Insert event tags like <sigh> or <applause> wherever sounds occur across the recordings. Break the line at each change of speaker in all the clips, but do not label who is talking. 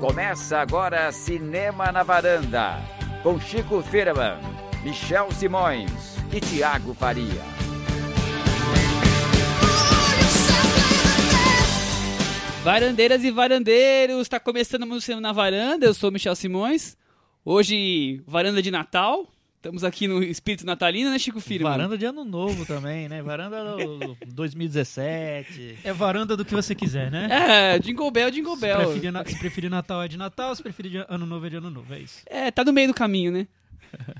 Começa agora Cinema na Varanda, com Chico Firman, Michel Simões e Tiago Faria.
Varandeiras e varandeiros, tá começando o Cinema na Varanda, eu sou o Michel Simões. Hoje, varanda de Natal, estamos aqui no espírito natalino, né, Chico Filho?
Varanda de ano novo também, né? Varanda do 2017.
É varanda do que você quiser, né?
É, Jingle Bell, Jingle
Se
Bell.
preferir, na- se preferir Natal é de Natal, se preferir de Ano Novo é de Ano Novo, é isso.
É, tá no meio do caminho,
<laughs>
né?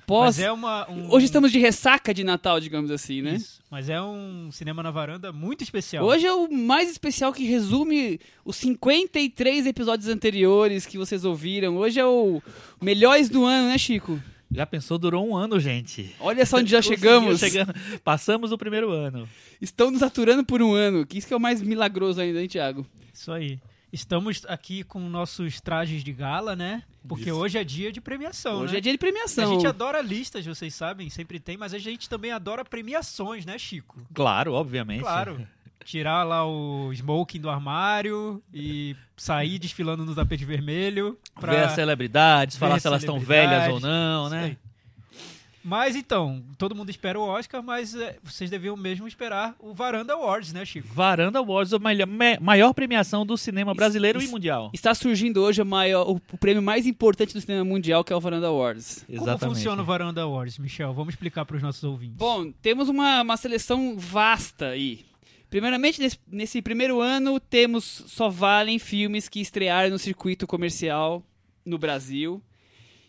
Pós...
Mas é uma... um-
Hoje estamos de ressaca de Natal, digamos assim, né?
Isso. um- Mas é um cinema na varanda muito especial.
Hoje é o mais especial que resume os 53 episódios anteriores que vocês ouviram. Hoje é o melhores do ano, né, Chico?
Já pensou, durou um ano, gente.
Olha só onde já
Conseguiu
chegamos.
chegando. Passamos o primeiro ano.
Estão nos aturando por um ano. Que isso que é o mais milagroso ainda, hein, Thiago?
Isso aí. Estamos aqui com nossos trajes de gala, né? Porque
Isso.
hoje é dia de premiação,
Hoje
né?
é dia de
A
premiação.
gente adora listas, vocês sabem, sempre tem, mas a gente também adora premiações, né, Chico?
Claro, obviamente.
Claro. Tirar lá o smoking do armário e sair desfilando no tapete vermelho. Pra...
Ver as celebridades,
ver
falar
as
se elas estão
celebridades,
velhas ou não,
Isso
né?
aí. Mas então, todo mundo espera o Oscar, mas é, vocês deviam mesmo esperar o Varanda Awards, né, Chico?
Varanda Awards, a melhor- me- maior premiação do cinema brasileiro
Isso-
e mundial.
Está surgindo hoje a maior- o, o prêmio mais importante do cinema mundial, que é o Varanda Awards.
Como funciona o Varanda Awards, Michel? Vamos explicar para os nossos ouvintes.
Bom, temos uma, uma seleção vasta aí. Primeiramente, nesse, nesse primeiro ano, temos só valem filmes que estrearam no circuito comercial no Brasil.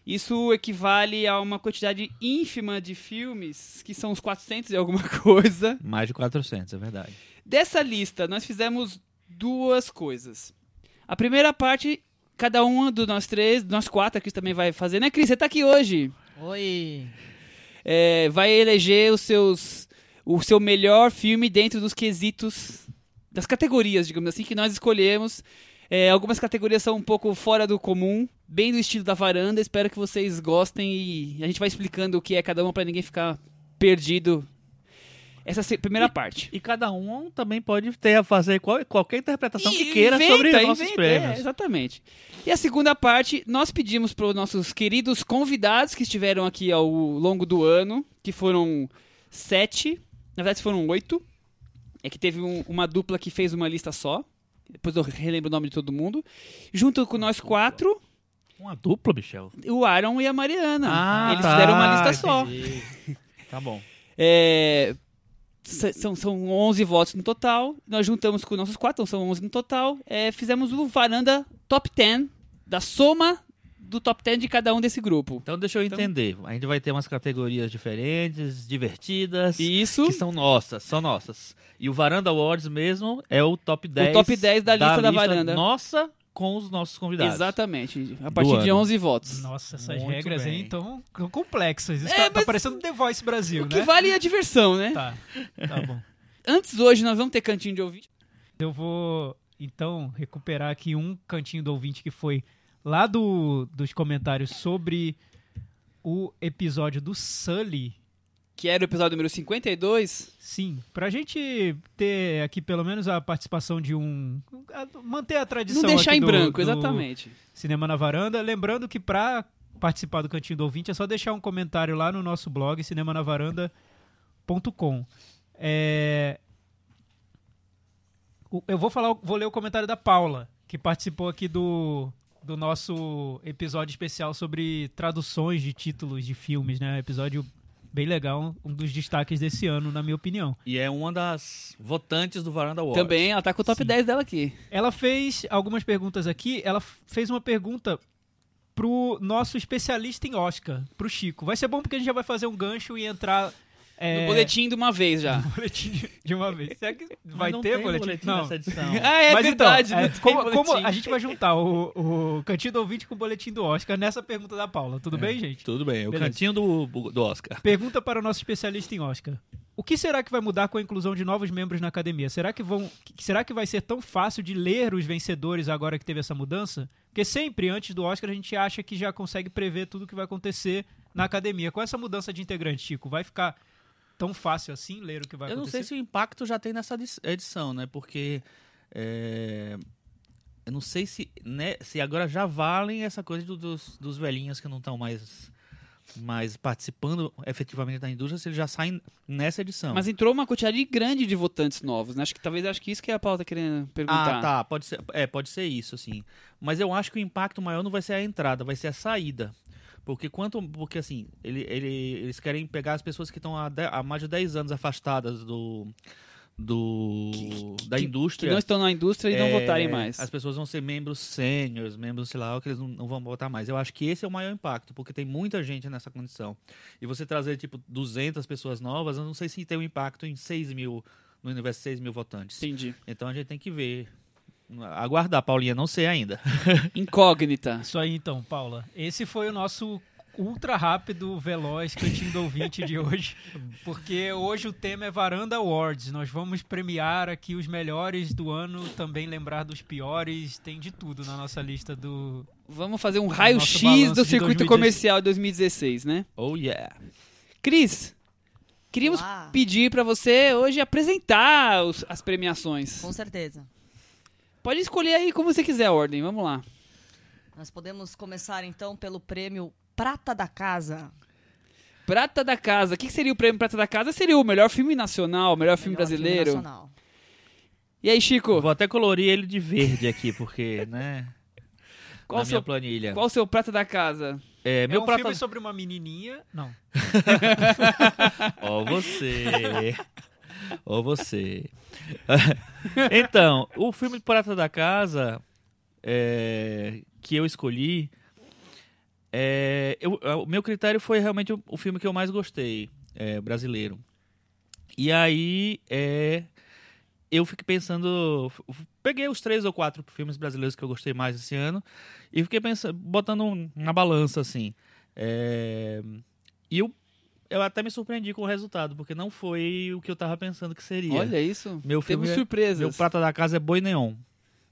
Isso equivale a uma quantidade ínfima de filmes, que são uns 400 e alguma <laughs> coisa.
Mais de 400, é verdade.
Dessa lista, nós fizemos duas coisas. A primeira parte, cada um dos nós três, nós quatro, a Cris também vai fazer, né, Cris? Você tá aqui hoje.
Oi.
É, vai eleger os seus, o seu melhor filme dentro dos quesitos, das categorias, digamos assim, que nós escolhemos. É, algumas categorias são um pouco fora do comum, bem do estilo da varanda. Espero que vocês gostem e a gente vai explicando o que é cada uma pra ninguém ficar perdido. Essa é a se- primeira parte.
E cada um também pode ter, fazer qual- qualquer interpretação
E
que queira
inventa,
Então, sobre os nossos
inventa, é,
prêmios.
exatamente. E a segunda parte, nós pedimos para os nossos queridos convidados que estiveram aqui ao longo do ano, que foram sete, na verdade foram oito. É que teve um- uma dupla que fez uma lista só. Depois eu relembro o nome de todo mundo. Junto com nós quatro,
Uma dupla, Michel.
o Aaron e a Mariana.
Ah,
Eles
tá,
fizeram uma lista só.
<laughs> Tá bom.
É, s- são, são 11 votos no total. Nós juntamos com nossos quatro, então são 11 no total. É, fizemos o varanda top 10 da soma do top 10 de cada um desse grupo.
Então deixa eu
Então-
entender. A gente vai ter umas categorias diferentes, divertidas,
E isso,
que são nossas, são nossas. E o Varanda Awards mesmo é o top 10.
top 10 da lista da varanda.
Nossa com os nossos convidados.
exatamente, a partir de
ano.
11 votos.
Nossa, essas
Muito
regras
bem.
aí então são complexas. Isso
É,
tá, tá
mas-
parecendo The Voice Brasil,
O que
né?
vale é a diversão, né?
Tá, tá bom.
Antes hoje nós vamos ter cantinho de ouvinte.
Eu vou, então, recuperar aqui um cantinho do ouvinte que foi lá do, dos comentários sobre o episódio do Sully.
Que era o episódio número 52.
Sim, pra gente ter aqui pelo menos a participação de um. a- manter a tradição.
Não deixar
aqui
em
do-
branco,
do
exatamente.
Cinema na Varanda. Lembrando que pra participar do Cantinho do Ouvinte é só deixar um comentário lá no nosso blog, cinemanavaranda.com. É... o- Eu vou falar, vou ler o comentário da Paula, que participou aqui do, do nosso episódio especial sobre traduções de títulos de filmes, né? Episódio bem legal, um- um dos destaques desse ano, na minha opinião.
E é uma das votantes do Varanda Awards.
Também, ela tá com o top 10 dela aqui.
Ela fez algumas perguntas aqui. Ela f- fez uma pergunta pro nosso especialista em Oscar, pro Chico. Vai ser bom porque a gente já vai fazer um gancho e entrar. é,
No boletim de uma vez já.
<laughs> boletim de- de uma vez. Será que
Mas
vai
não tem
ter
um
boletim? Não.
nessa edição.
<laughs> <laughs> Ah, é
Mas
verdade.
então,
não
é,
tem
como, como
boletim.
a gente vai juntar o, o cantinho do ouvinte com o boletim do Oscar nessa pergunta da Paula, tudo bem, gente?
Tudo bem, é o
Beleza.
cantinho do, do Oscar.
Pergunta para o nosso especialista em Oscar. O que será que vai mudar com a inclusão de novos membros na academia? Será que, vão, que- será que vai ser tão fácil de ler os vencedores agora que teve essa mudança? Porque sempre, antes do Oscar, a gente acha que já consegue prever tudo o que vai acontecer na academia. Com essa mudança de integrante, Chico, vai ficar tão fácil assim ler o que vai
Eu não
acontecer?
sei se o impacto já tem nessa edi- edição, né? Porque é,
eu não sei se, né, se agora já valem essa coisa do- dos, dos velhinhos que não estão mais, mais participando efetivamente da indústria, se eles já saem nessa edição.
Mas entrou uma quantidade grande de votantes novos, né? Acho que talvez acho que isso que a Paula tá querendo perguntar.
Ah, tá. Pode ser, é, pode ser isso, assim. Mas eu acho que o impacto maior não vai ser a entrada, vai ser a saída. Porque quanto. Porque assim, ele, ele- eles querem pegar as pessoas que estão há, de- há mais de 10 anos afastadas do. do da
Que
indústria.
não estão na indústria e não
É,
votarem mais.
As pessoas vão ser membros sêniores, membros, sei lá, que eles não, não vão votar mais. Eu acho que esse é o maior impacto, porque tem muita gente nessa condição. E você trazer, tipo, 200 pessoas novas, eu não sei se tem um impacto em 6 mil, no universo de 6 mil votantes.
Entendi.
Então a gente tem que ver. Aguardar, Paulinha, não sei ainda.
Incógnita.
Isso aí então, Paula. Esse foi o nosso ultra rápido, veloz cantinho do ouvinte de hoje, <laughs> porque hoje o tema é Varanda Awards. Nós vamos premiar aqui os melhores do ano, também lembrar dos piores, tem de tudo na nossa lista do
Vamos fazer um
balanço
raio-x do
de
circuito
2016.
comercial de 2016, né?
Oh yeah.
Cris, queríamos
Olá.
pedir pra você hoje apresentar os- as premiações.
Com certeza.
Pode escolher aí como você quiser a ordem, vamos lá.
Nós podemos começar então pelo prêmio Prata da Casa.
Prata da Casa. O que que seria o prêmio Prata da Casa? Seria o melhor filme nacional, o melhor É filme
Melhor
brasileiro.
nacional.
E aí, Chico,
Vou até colorir ele de verde aqui, porque,
<laughs>
né?
Qual
na
o
minha
seu-
planilha.
qual o seu Prata da Casa?
É, meu
é um
prato.
filme sobre uma menininha. Não.
Ó
<laughs>
você. Ó você. então, o filme Prata da Casa é, que eu escolhi, é, eu- o meu critério foi realmente o, o filme que eu mais gostei, é, brasileiro. E aí, é, eu fiquei pensando... f- f- Peguei os três ou quatro filmes brasileiros que eu gostei mais esse ano e fiquei pensando, botando um, na balança, assim. É, e eu eu até me surpreendi com o resultado, porque não foi o que eu tava pensando que seria.
Olha isso.
meu filme
Temos
é- meu
surpresas.
prata da casa é Boi Neon.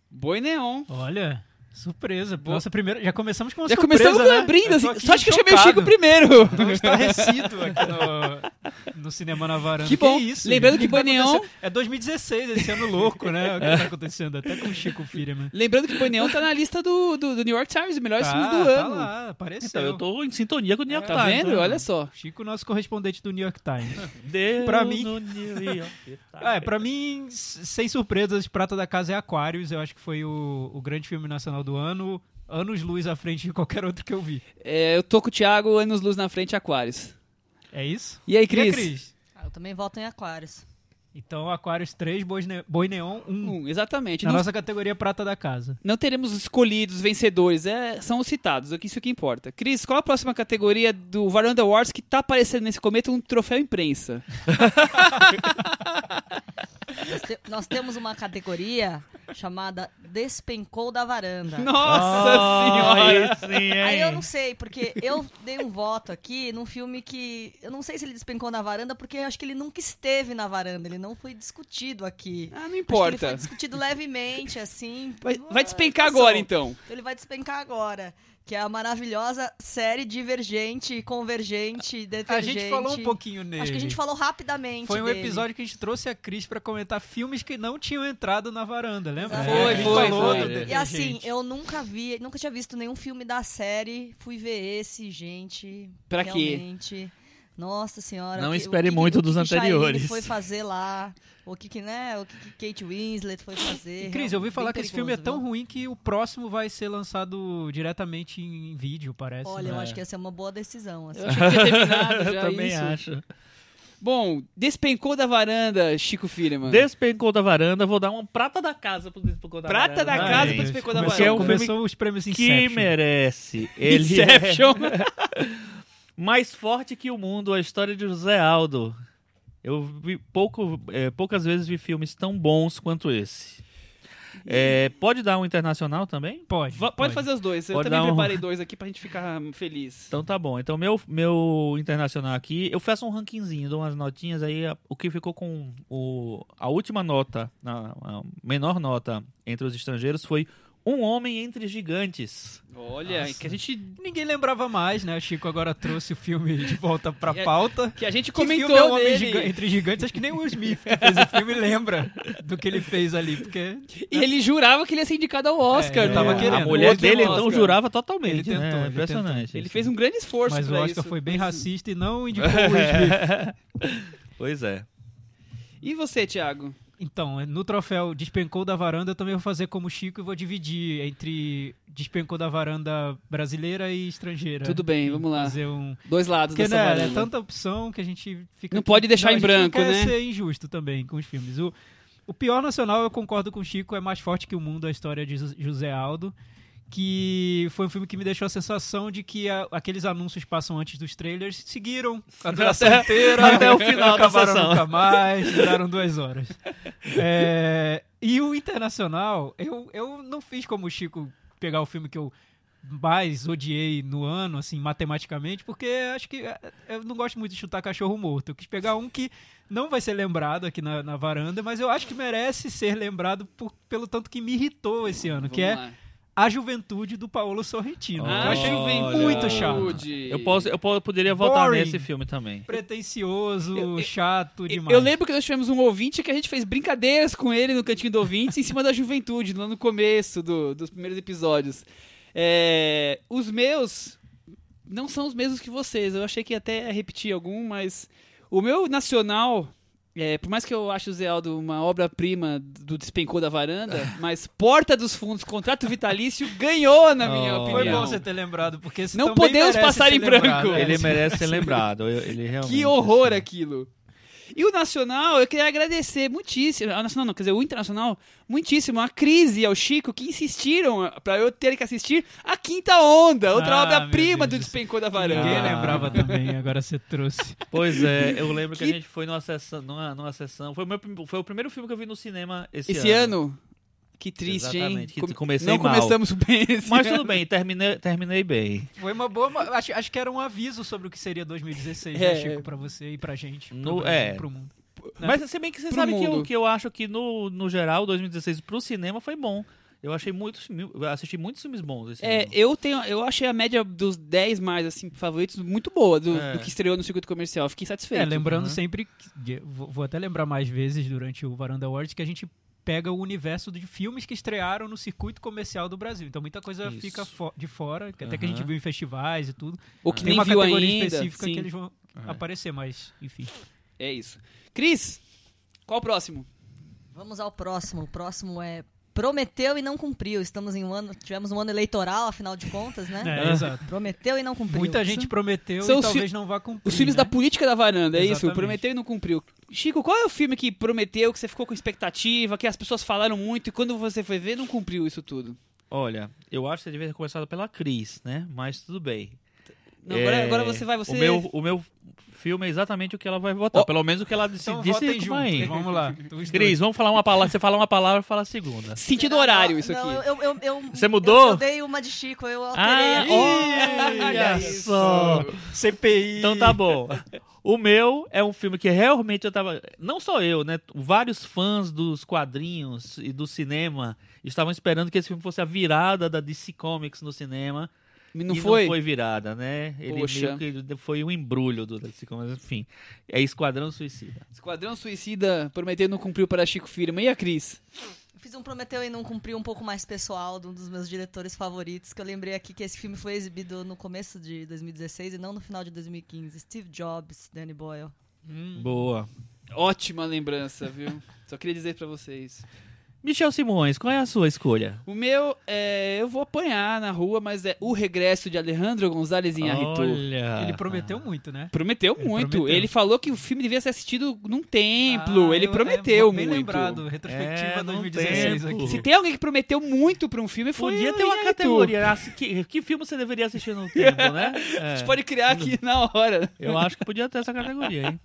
Boi Neon.
Olha, surpresa. Nossa, primeiro, já começamos com uma
Já
surpresa,
começamos com
né?
a brinda.
tô
Assim,
aqui
só acho que eu chamei o
chocado.
Chico primeiro.
Tô estarrecido aqui no, no Cinema na Varanda.
Que bom.
isso,
Lembrando
gente?
que Boi Neon-
acontecendo? É 2016, esse ano louco, né? O que tá acontecendo? Até com o Chico Firman.
Lembrando que Boi Neon tá na lista do, do, do New York Times, melhores
tá,
filmes do
tá
ano.
lá, então. apareceu.
Então, eu tô em sintonia com o New York
Tá
Times.
vendo? Olha só.
Chico, nosso correspondente do New York Times.
Deus
Pra mim-
no New York
Ah, é,
Times. <laughs>
pra mim, s- sem surpresas, Prata da Casa é Aquários. Eu acho que foi o, o grande filme nacional do ano. Anos luz à frente de qualquer outro que eu vi.
É, eu tô com o Thiago, anos luz na frente, Aquários.
É isso?
E aí,
E aí,
Cris?
Cris?
Ah, eu também voto em Aquários.
Então, Aquários 3, Boi Ne- Boi Neon 1.
Hum, exatamente.
Na
Não,
nossa categoria Prata da Casa.
não teremos escolhidos, vencedores. é, são os citados, é que isso que importa. Cris, qual a próxima categoria do Varanda Awards que tá aparecendo nesse cometa um troféu imprensa?
Nós, te- nós temos uma categoria chamada Despencou da Varanda.
Nossa senhora!
Aí sim,
é.
hein?
Aí eu não sei, porque eu dei um voto aqui num filme que. Eu não sei se ele despencou na varanda, porque eu acho que ele nunca esteve na varanda, ele não foi discutido aqui.
Ah, não
Acho que ele foi
importa.
discutido levemente, assim.
Vai,
Ah,
vai despencar
passou.
agora, então.
Então Ele vai despencar agora, que é a maravilhosa série Divergente, Convergente,
A
Detergente.
gente falou um pouquinho nele.
Acho que a gente falou rapidamente.
Foi um
dele.
episódio que a gente trouxe a Cris pra comentar filmes que não tinham entrado na varanda, lembra?
Exato. É. Foi,
A gente
foi,
falou
foi.
do
E
Detergente.
E assim, eu nunca vi, nunca tinha visto nenhum filme da série. Fui ver esse, gente.
Pra quê?
realmente. Nossa senhora.
Não
o que-
espere
o que-
muito
o que
dos
que Shailene
anteriores.
foi fazer lá. O que que, né? O que que Kate Winslet foi fazer.
E, Cris, eu ouvi
Bem
falar que esse filme é
perigoso,
tão
viu?
ruim que o próximo vai ser lançado diretamente em vídeo, parece.
Olha, eu
né?
acho que essa é uma boa decisão. assim.
Eu achei que tinha
<laughs>
<laughs>
terminado já é
Eu também
isso.
acho.
Bom, despencou da varanda, Chico Firman.
Despencou da varanda, vou dar uma prata da casa pro Despencou da
Prata da
varanda.
É casa
Ai,
pro Despecou da
Ah, é Começou,
Varanda.
começou os prêmios
Que
Inception.
merece. Ele <laughs>
Inception.
é mais forte que o mundo, a história de José Aldo. Eu vi pouco, é, poucas vezes vi filmes tão bons quanto esse. É, pode dar um internacional também?
Pode,
Va- Pode fazer os dois. Eu
Pode
também
dar um-
preparei dois aqui pra gente ficar feliz.
Então tá bom. Então meu, meu internacional aqui, eu faço um rankingzinho, dou umas notinhas aí. a- O que ficou com o, a última nota, a, a menor nota entre os estrangeiros foi Um Homem entre Gigantes.
Olha, que a gente
Ninguém lembrava mais, né? O Chico agora trouxe o filme de volta pra
É,
pauta.
que a gente <laughs>
Que
comentou
filme é o Homem
dele.
Giga- Entre Gigantes? Acho que nem o Will Smith que fez o filme lembra do que ele fez ali, porque
E ele jurava que ele ia ser indicado ao Oscar.
É,
né?
eu tava
a
querendo.
mulher
Outro
dele,
Oscar.
então, jurava totalmente.
Ele tentou,
né?
ele
Impressionante. isso.
Ele fez um grande esforço
mas o
pra
Oscar
isso. É.
foi bem racista e
<laughs>
não indicou o Will Smith.
<laughs> Pois é.
E você, Thiago?
Então, no troféu Despencou da Varanda, eu também vou fazer como o Chico e vou dividir entre Despencou da Varanda brasileira e estrangeira.
Tudo bem, vamos lá.
Fazer um...
Dois lados
É. Porque,
dessa
né,
varanda.
é tanta opção que a gente fica...
Não pode deixar
a
em
gente não
branco,
quer
né?
ser injusto também com os filmes. O, o pior nacional, eu concordo com o Chico, é mais forte que o mundo, a história de Ju- José Aldo, que foi um filme que me deixou a sensação de que a- aqueles anúncios passam antes dos trailers seguiram a duração inteira.
até o final da
acabaram
sessão.
nunca mais, duraram duas horas. É, e o Internacional, eu, eu não fiz como o Chico pegar o filme que eu mais odiei no ano, assim, matematicamente, porque acho que eh, eu não gosto muito de chutar cachorro morto. Eu quis pegar um que não vai ser lembrado aqui na, na varanda, mas eu acho que merece ser lembrado por- pelo tanto que me irritou esse ano,
Vamos
que é
lá.
A Juventude do Paulo Sorrentino. que eu
Ah,
achei
Juventude.
muito chato.
Eu, posso, eu po- poderia votar
Boring.
nesse filme também.
Pretencioso,
Eu- eu-
chato
Eu-
demais.
Eu lembro que nós tivemos um ouvinte que a gente fez brincadeiras com ele no cantinho do ouvintes em cima da juventude, lá no começo do- dos primeiros episódios. É, os meus não são os mesmos que vocês. Eu achei que ia até repetir algum, mas o meu nacional, é, por mais que eu ache o Zé Aldo uma obra-prima do Despencou da Varanda, mas Porta dos Fundos, Contrato Vitalício, ganhou, na minha
Oh.
Foi
opinião.
bom você ter lembrado, porque esse
Não
também
podemos
merece
passar
ser
em branco.
lembrado.
Ele merece ser lembrado. eu- Ele realmente,
Que horror
assim.
aquilo. E o Nacional, eu queria agradecer muitíssimo, ah, o Nacional não, quer dizer, o Internacional, muitíssimo, a Cris e ao Chico, que insistiram ah, pra eu ter que assistir a Quinta Onda, outra
Ah,
obra-prima
meu
do
Deus do céu.
Despencou da
Ninguém
Varanda.
Ah.
lembrava também, agora você trouxe.
Pois é, eu lembro que,
Que-
a gente foi numa sessão. Numa, numa sessão foi, o meu, prim- foi o primeiro filme que eu vi no cinema esse,
Esse ano, que triste, hein?
Exatamente, que
Come-
comecei
não
mal.
começamos bem esse
Mas
ano. <laughs>
tudo bem, terminei, terminei bem.
Foi uma boa. ma- Acho, acho que era um aviso sobre o que seria 2016,
É,
né, Chico,
é.
pra você e pra gente.
No-
pro Brasil,
é.
pro mundo.
Mas se bem que você
Né? Pro
sabe que eu,
mundo.
que eu acho que no, no geral, 2016 pro cinema foi bom. Eu achei muitos filmes- eu assisti muitos filmes bons esse
É,
ano.
eu tenho, eu achei a média dos 10 mais, assim, favoritos muito boa do,
É.
do que estreou no circuito comercial, fiquei satisfeito.
É, lembrando
Uhum.
sempre. que- eu vou vou até lembrar mais vezes durante o Varanda Awards que a gente pega o universo de filmes que estrearam no circuito comercial do Brasil. Então muita coisa
Isso.
fica fo- de fora, que até que a
Uhum.
gente viu em festivais e tudo.
Ou que
Tem
nem
uma
viu
categoria
ainda,
específica
sim,
que eles vão aparecer, mas enfim.
é isso. Cris, qual o próximo?
Vamos ao próximo. O próximo é Prometeu e não cumpriu. Estamos em um ano, tivemos um ano eleitoral, afinal de contas, né?
É, exato.
Prometeu e não cumpriu. é
Muita gente prometeu
São
e
os fi-
talvez não vá cumprir.
Os filmes
né?
da política da varanda, é isso?
Exatamente.
Prometeu e não cumpriu. Chico, qual é o filme que prometeu, que você ficou com expectativa, que as pessoas falaram muito e quando você foi ver, não cumpriu isso tudo?
Olha, eu acho que você devia ter começado pela Cris, né? Mas tudo bem.
Não, agora,
É,
agora você vai, você.
O meu, o meu filme é exatamente o que ela vai votar.
Ó,
pelo menos o que ela disse,
Então
disse
votem
que
juntos, <laughs>
vai.
vamos lá. Os dois.
Cris, vamos falar uma palavra. Você fala uma palavra, eu falo a segunda.
Sentido
Não,
horário,
não,
isso aqui.
não, eu- eu- eu-
Você mudou?
Eu, eu dei uma de Chico, eu alterei.
Ah,
a-
<laughs>
olha
isso.
só.
CPI.
Então tá bom. O meu é um filme que realmente eu tava. Não só eu, né? Vários fãs dos quadrinhos e do cinema estavam esperando que esse filme fosse a virada da DC Comics no cinema.
Não
e
foi?
não foi virada, né? Ele
Poxa.
meio que foi um embrulho do DC Comics. Enfim, é Esquadrão Suicida.
Esquadrão Suicida prometeu e não cumpriu para Chico Firma. E a Cris?
Eu Fiz um Prometeu e não cumpriu um pouco mais pessoal de um dos meus diretores favoritos, que eu lembrei aqui que esse filme foi exibido no começo de 2016 e não no final de 2015. Steve Jobs, Danny Boyle.
Hum.
Boa.
Ótima lembrança, viu? Só queria dizer pra vocês.
Michel Simões, qual é a sua escolha?
O meu, é, eu vou apanhar na rua, mas é O Regresso de Alejandro González Iñárritu.
Olha.
Ele prometeu muito, né?
Prometeu
Ele
muito.
prometeu.
Ele falou que o filme devia ser assistido num templo.
Ah,
ele
eu-
prometeu
é, bem
muito.
lembrado, retrospectiva
É, num
2016
tempo.
aqui.
Se tem alguém que prometeu muito pra um filme, foi
Podia
o
ter uma
Iñárritu.
categoria. assim, Que, que filme você deveria assistir no tempo, né?
A gente <laughs>
É.
pode criar
<laughs>
aqui na hora.
Eu acho que podia ter essa
<laughs>
categoria, hein?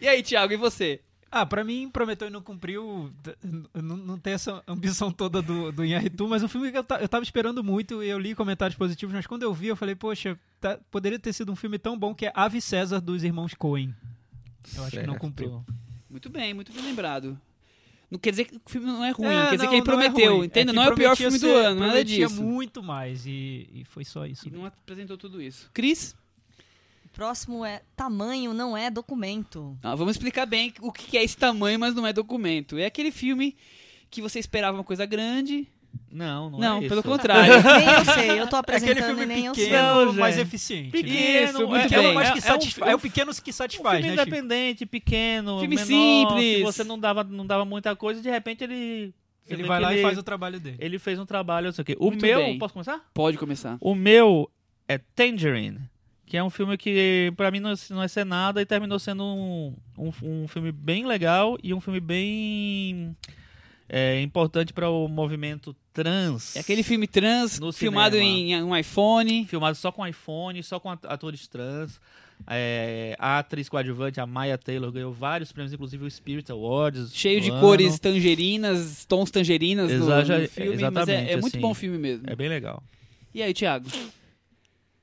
E aí, Thiago, e você?
Ah, pra mim, Prometeu e não cumpriu. t- n- n- Não tem essa ambição toda do, do Inharitu, mas um filme que eu, ta- eu tava esperando muito e eu li comentários positivos, mas quando eu vi, eu falei, poxa, tá- poderia ter sido um filme tão bom que é Ave César dos Irmãos Coen. Eu acho que não cumpriu.
Muito bem, muito bem lembrado. Não quer dizer que o filme não é ruim,
É,
quer dizer
não,
que ele
não é
prometeu,
ruim.
entende?
É que
não é o pior
prometia
filme do
ser-
ano, nada
prometia
disso.
muito mais e, e foi só isso.
E não apresentou tudo isso. Cris,
O próximo é tamanho não é documento.
ah, vamos explicar bem o que é esse tamanho, mas não é documento. É aquele filme que você esperava uma coisa grande.
Não, não,
Não,
é
pelo
isso.
contrário.
Nem eu sei, eu tô
É aquele
apresentando
filme
e nem eu sei.
Não,
pequeno, mas
gente.
eficiente. né?
Pequeno,
Isso, muito
é-
bem.
Pequeno, mas que
É- é um-
satisfaz. É, o pequeno que
Um
satisfaz,
tá
filme
né, Chico?
independente, pequeno,
Filme
menor, que
simples.
você não dava, não dava muita coisa, de repente ele... você
Ele
vê
vai
que
lá e
ele-
faz o trabalho dele.
Ele fez um trabalho, não sei o quê. O
Muito
meu...
bem.
Posso começar?
Pode começar.
O meu é Tangerine, que é um filme que pra mim não, não é ser nada e terminou sendo um, um, um filme bem legal e um filme bem é, importante para o movimento trans.
É aquele filme trans
No
filmado em
cinema.
um iPhone.
filmado só com iPhone, só com at- atores trans. É, a atriz coadjuvante, a Maya Taylor, ganhou vários prêmios, inclusive o Spirit Awards.
Cheio
do
de
ano.
cores tangerinas, tons tangerinas no- no,
Exa-
filme, mas é- é,
exatamente,
muito
assim.
bom o filme mesmo.
É bem legal.
E aí, Thiago?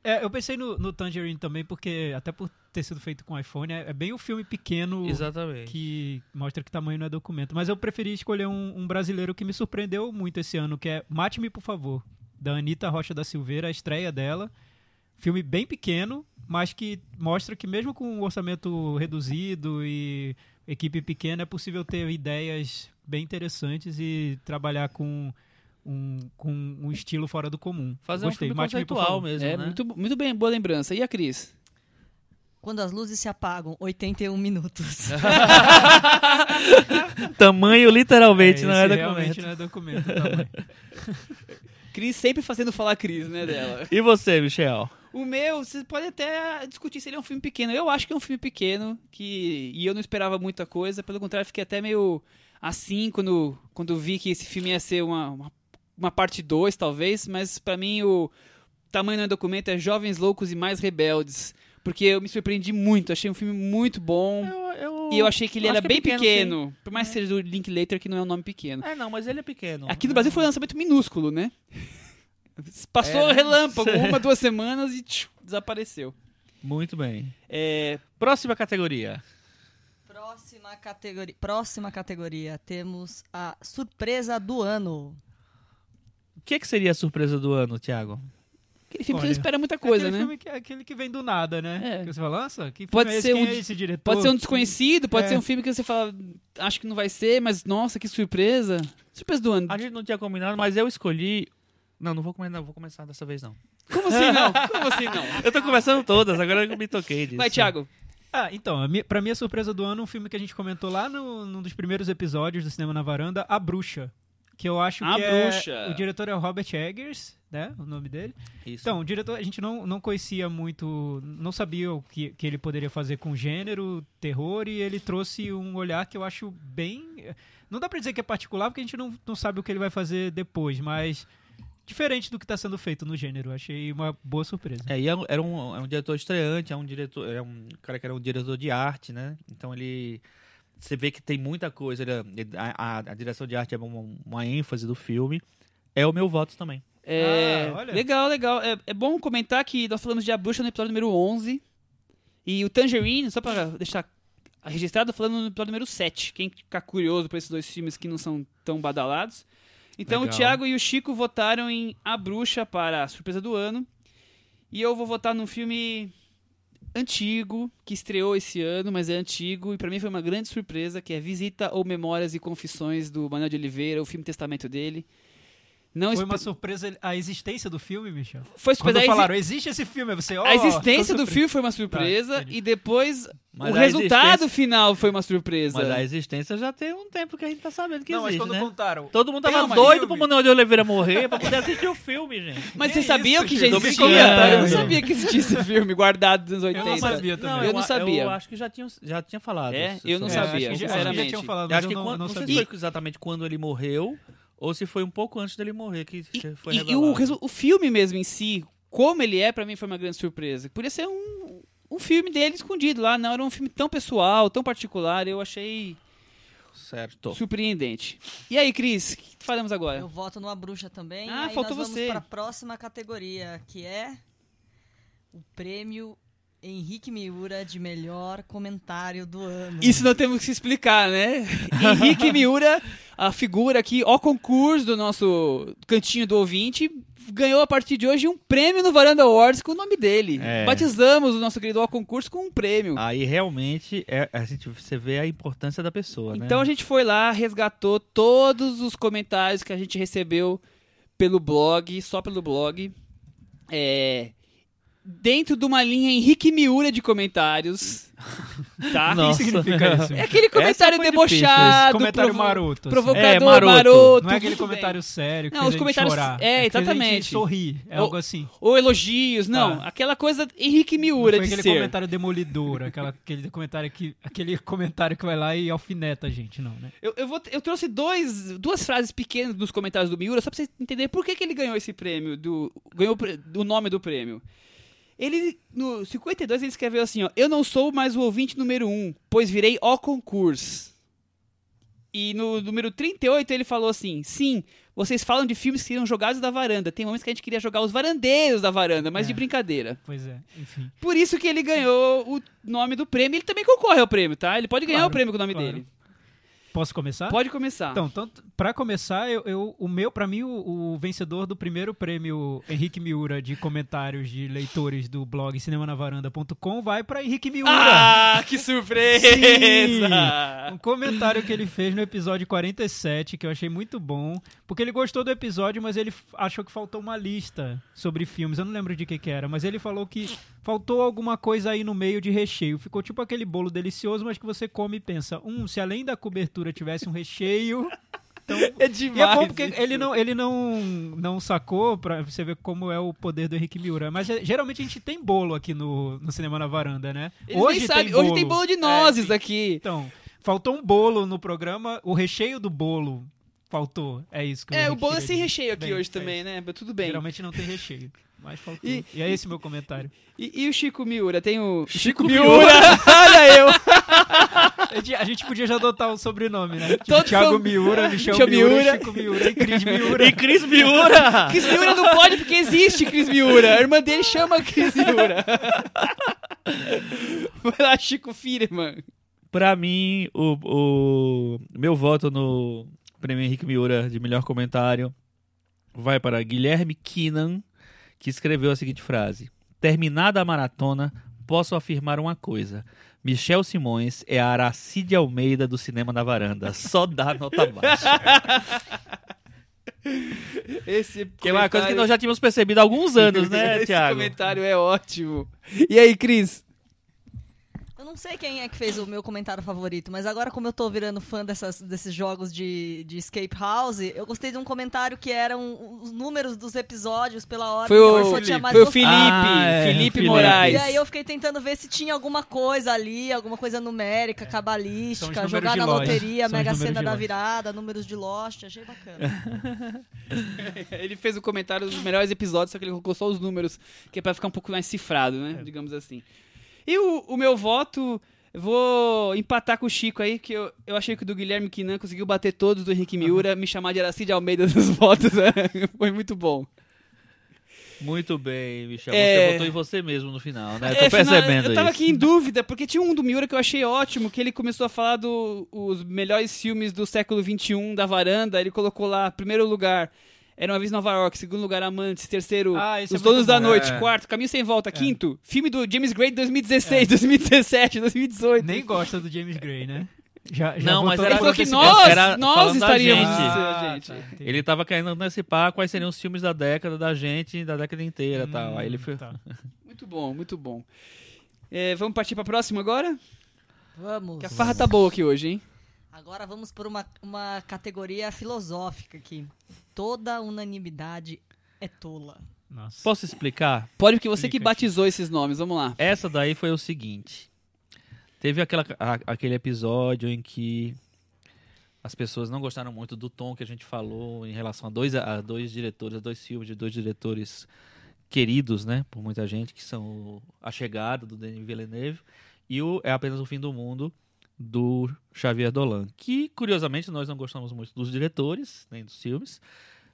É, eu pensei no, no Tangerine também, porque até por ter sido feito com iPhone, é, é bem o filme
Tipo,
pequeno
Exatamente.
que mostra que tamanho não é documento. Mas eu preferi escolher um, um brasileiro que me surpreendeu muito esse ano, que é Mate-me, por favor, da Anitta Rocha da Silveira, a estreia dela. Filme bem pequeno, mas que mostra que mesmo com um orçamento reduzido e equipe pequena, é possível ter ideias bem interessantes e trabalhar com um, com um estilo fora do comum.
Fazer
eu gostei.
um filme
Mate-me, por
conceitual
favor.
mesmo,
é
né? <laughs>
muito, muito bem, boa lembrança. E a Cris?
Quando as luzes se apagam, 81
<laughs>
minutos.
Tamanho literalmente não é
esse
documento.
realmente não é documento.
<laughs>
também.
Cris sempre fazendo falar Cris, né, dela.
E você, Michel?
O meu, vocês podem até discutir se ele é um filme pequeno. Eu acho que é um filme pequeno, que e eu não esperava muita coisa. Pelo contrário, fiquei até meio assim quando, quando vi que esse filme ia ser uma, uma, uma parte 2, talvez. Mas pra mim, o tamanho do documento é Jovens Loucos e Mais Rebeldes. Porque eu me surpreendi muito. Achei um filme muito bom. E eu achei que ele
acho
era
que é
bem pequeno.
pequeno,
por mais que seja do Linklater, que não é um nome pequeno.
É, não, mas ele é pequeno.
Aqui no Brasil foi um lançamento minúsculo, né? <laughs>
É.
Passou
<laughs>
relâmpago, uma, duas semanas e tchiu, desapareceu.
Muito bem.
É,
Próxima categoria.
Próxima categoria. Próxima categoria. Temos a surpresa do ano.
O que, que seria a surpresa do ano, Thiago?
aquele filme que você
Olha,
não espera muita coisa,
aquele
né?
Filme que, é aquele que vem do nada, né?
É.
Que você fala, nossa, que filme
Pode
é esse?
ser
Quem
um
é
des-
esse diretor?
Pode ser um desconhecido, pode
É.
ser um filme que você fala, acho que não vai ser, mas nossa, que surpresa. Surpresa do ano.
A gente não tinha combinado, mas eu escolhi. Não, não vou começar, vou começar dessa vez, não.
Como assim
<laughs>
não? Como assim não?
<laughs> Eu tô começando todas, agora eu me toquei disso.
Vai, Thiago.
Ah, então, a minha, pra mim a surpresa do ano é um filme que a gente comentou lá no, num dos primeiros episódios do Cinema na Varanda, A Bruxa. Que eu acho
A
que é-
Bruxa.
o diretor é o Robert Eggers, né? O nome dele.
Isso.
Então, o diretor, a gente não, não conhecia muito, não sabia o que, que ele poderia fazer com gênero, terror, e ele trouxe um olhar que eu acho bem. Não dá pra dizer que é particular, porque a gente não, não sabe o que ele vai fazer depois, mas diferente do que tá sendo feito no gênero. Achei uma boa surpresa.
É, e é um- era um, é um diretor estreante, é um diretor, é um cara que era um diretor de arte, né? Então ele você vê que tem muita coisa, ele- ele- a, a- a direção de arte é uma, uma ênfase do filme. É o meu voto também.
É,
Ah, olha.
legal, legal. É, é bom comentar que nós falamos de A Bruxa no episódio número 11. E o Tangerine, só pra deixar registrado, falando no episódio número 7. Quem ficar curioso pra esses dois filmes que não são tão badalados. Então
Legal.
o Thiago e o Chico votaram em A Bruxa para a surpresa do ano. E eu vou votar num filme antigo, que estreou esse ano, mas é antigo, e pra mim foi uma grande surpresa, que é Visita ou Memórias e Confissões do Manuel de Oliveira, o filme testamento dele. Não
Foi
espe-
uma surpresa a existência do filme, Michel?
foi
Quando
surpresa. A exi-
falaram, "Oh, existe esse filme, aí você, ó,
a existência
tô
do
surpreso.
filme é foi uma surpresa
entendi.
e depois
Mas
o
a
resultado é.
existência-
final foi uma surpresa.
Mas a existência já tem um tempo que a gente tá sabendo que
Não, mas
existe,
quando
né?
contaram.
Todo mundo tava
Tem um
doido
filme.
pro Manuel de Oliveira morrer pra poder assistir o filme, gente.
Mas
Que
você sabia
isso,
que já
Chico?
existia?
Documentário,
Eu não
meu.
sabia que existia esse filme guardado dos anos 80.
não sabia também.
Eu não sabia.
Eu acho que já tinha, já tinha falado.
É?
sobre
Eu não
É,
isso.
sabia,
acho que já- acho que já
sinceramente.
tinham falado,
Eu
mas
acho
eu
que
não,
quando,
não
não, sei
sabia.
se foi exatamente quando ele morreu ou se foi um pouco antes dele morrer que foi
E, e
revelado.
o, resu- o filme mesmo em si, como ele é, pra mim foi uma grande surpresa. Podia ser um, um filme dele escondido lá, não era um filme tão pessoal, tão particular, eu achei
Certo.
surpreendente. E aí, Cris, o que falamos agora?
Eu voto numa bruxa também.
É. Ah,
aí
faltou
nós vamos
você.
para a próxima categoria, que é o prêmio Henrique Miura de melhor comentário do ano.
Isso nós temos que explicar, né? Henrique Miura, a figura aqui, ó concurso do nosso cantinho do ouvinte, ganhou a partir de hoje um prêmio no Varanda Awards com o nome dele.
É. Ah,
Batizamos o nosso querido ó concurso com um prêmio.
Aí realmente é, a gente, você vê a importância da pessoa, né?
Então a gente foi lá, resgatou todos os comentários que a gente recebeu pelo blog, só pelo blog. É, dentro de uma linha Henrique Miura de comentários. Tá? <laughs>
Nossa.
O que significa isso?
É aquele comentário
foi difícil, esse
debochado,
comentário
Ah, provo-
maroto. assim.
provocador,
É,
maroto.
maroto.
Não é aquele
muito bem.
comentário sério que
Não, os
fez a gente
comentários- é,
chorar. que fez a gente
exatamente.
sorrir. É
Ou-
algo assim.
Ou elogios, não.
Tá.
Aquela coisa Henrique Miura
Foi
de
aquele
ser.
comentário demolidor, aquela- aquele comentário que aquele comentário que vai lá e alfineta a gente, não, né?
Eu, eu, vou- eu trouxe dois, duas frases pequenas dos comentários do Miura, só pra vocês entenderem por que, que ele ganhou esse prêmio, do, ganhou o pre- o nome do prêmio. Ele, no 52, ele escreveu assim, ó, eu não sou mais o ouvinte número 1, pois virei o concurso. E no número 38 ele falou assim, sim, vocês falam de filmes que seriam jogados da varanda, tem momentos que a gente queria jogar os varandeiros da varanda, mas
É.
de brincadeira.
Pois é, enfim.
Por isso que ele ganhou o nome do prêmio, ele também concorre ao prêmio, tá? Ele pode ganhar
Claro,
o prêmio com o nome
claro.
dele.
Posso começar?
Pode começar.
Então, tanto, pra começar, eu, eu- o meu, pra mim, o, o vencedor do primeiro prêmio Henrique Miura de comentários de leitores do blog cinemanavaranda.com vai pra Henrique Miura.
Ah, que surpresa!
Um comentário que ele fez no episódio 47, que eu achei muito bom, porque ele gostou do episódio, mas ele f- achou que faltou uma lista sobre filmes. Eu não lembro de que que era, mas ele falou que faltou alguma coisa aí no meio de recheio. Ficou tipo aquele bolo delicioso, mas que você come e pensa, hum, se além da cobertura tivesse um recheio...
É
E
demais.
é bom porque
isso.
ele não, ele não, não sacou pra você ver como é o poder do Henrique Miura. Mas é, geralmente a gente tem bolo aqui no, no Cinema na Varanda, né?
Eles nem sabem. Hoje tem bolo
É,
de nozes aqui.
Então, faltou um bolo no programa, o recheio do bolo faltou. É isso que eu
É, o
Henrique
bolo é
queria
sem
dizer.
recheio aqui
Bem,
hoje
é
também, né? Mas Tudo bem.
Geralmente não tem recheio, mas faltou.
E-
E, é esse meu comentário.
E, e o Chico Miura? Tem
<laughs>
o.
<laughs>
<laughs>
Chico
Olha eu!
A gente- a gente podia já adotar um sobrenome, né? Tipo,
Todos
Thiago
são-
Miura, Michel
Michel
Miura,
Miura.
Chico Miura e Cris Miura.
E Cris <laughs> Miura!
Cris Miura não pode porque existe Cris Miura. A irmã dele chama Cris Miura.
<laughs>
Vai lá, Chico Firman.
pra mim, o, o meu voto no prêmio Henrique Miura de melhor comentário vai para Guilherme Kinan, que escreveu a seguinte frase: Terminada a maratona, posso afirmar uma coisa. Michel Simões é a Aracide Almeida do cinema na varanda. Só dá nota
<laughs>
baixa.
Esse
Que é uma coisa que nós já tínhamos percebido há alguns
comentário-
anos,
<laughs>
né,
Esse
Thiago?
comentário é ótimo. E aí, Cris?
Eu não sei quem é que fez o meu comentário favorito, mas agora, como eu tô virando fã dessas- desses jogos de, de Escape House, eu gostei de um comentário que eram os números dos episódios pela hora
Foi
que
o-
eu só tinha mais
Foi o
gostado.
Felipe,
Ah, é,
Felipe
Felipe.
Moraes.
E aí eu fiquei tentando ver se tinha alguma coisa ali, alguma coisa numérica,
É. São os
cabalística,
números
jogar
de
na
Lost.
loteria,
São os
mega
números
cena
de
da
Lost.
virada, números de Lost, achei bacana.
<laughs> Ele fez o comentário dos melhores episódios, só que ele colocou só os números, que é pra ficar um pouco mais cifrado,
É.
né? Digamos assim. E o, o meu voto, vou empatar com o Chico aí, que eu, eu achei que o do Guilherme Quinan conseguiu bater todos do Henrique Miura, me chamar de Aracide Almeida nos <laughs> votos, né? foi muito bom.
Muito bem, Michel.
É.
Você votou em você mesmo no final, né? Eu tô
É, afinal,
percebendo
Eu tava
isso.
aqui em dúvida, porque tinha um do Miura que eu achei ótimo, que ele começou a falar dos melhores filmes do século XXI da varanda. Ele colocou lá, primeiro lugar, Era Uma Vez em Nova York, segundo lugar, Amantes, terceiro,
Ah, esse é
Os
muito
Donos da
bom.
Noite,
É.
quarto, Caminho Sem Volta, quinto, filme do James Gray de 2016,
É.
2017, 2018.
Nem gosta do James Gray, né? Já, já
Não, mas
votou
ele
era
no-
falou que
esse-
nós,
era
nós
falando da
estaríamos...
gente.
Ah,
gente.
tá, entendi.
Ele tava querendo antecipar quais seriam os filmes da década da gente, da década inteira e tal. Aí ele foi.
Tá.
Muito bom, muito bom. É, vamos partir pra próxima agora?
Vamos.
Que a farra tá boa aqui hoje, hein?
Agora vamos por uma, uma categoria filosófica aqui. Toda unanimidade é tola.
Nossa.
Posso explicar?
Pode, porque você que
Explica,
batizou esses nomes, vamos lá.
Essa daí foi o seguinte: teve aquela- a- aquele episódio em que as pessoas não gostaram muito do tom que a gente falou em relação a dois, a dois diretores, a dois filmes de dois diretores queridos, né, por muita gente, que são o- a chegada do Denis Villeneuve e o é apenas o fim do mundo do Xavier Dolan, que curiosamente nós não gostamos muito dos diretores nem dos filmes,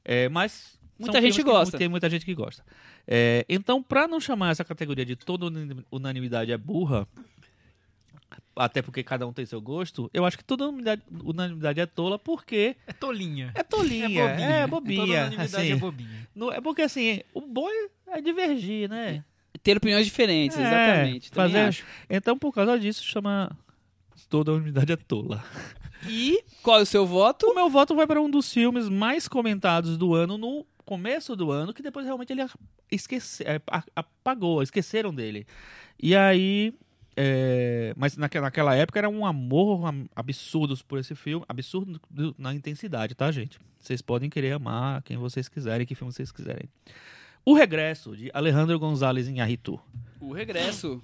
é, mas
Muita gente
filmes que
gosta.
Tem muita gente que gosta. É, então, pra não chamar essa categoria de toda unanim- unanimidade é burra, até porque cada um tem seu gosto, eu acho que toda unanimidade, unanimidade é tola porque
É tolinha.
é tolinha, é bobinha.
Toda unanimidade
assim.
é bobinha.
Não- é porque assim, o bom é divergir, né?
Ter opiniões diferentes,
É,
exatamente. Também
fazer-
acho.
Então, por causa disso, chama toda unanimidade é tola.
E qual é o seu voto?
O meu voto vai para um dos filmes mais comentados do ano no começo do ano, que depois realmente ele esquece, é, a- apagou, esqueceram dele. E aí. é, mas naque- naquela época era um amor am- absurdo por esse filme, absurdo do- na intensidade, tá, gente? Vocês podem querer amar quem vocês quiserem, que filme vocês quiserem. O Regresso, de Alejandro González Iñárritu.
O regresso.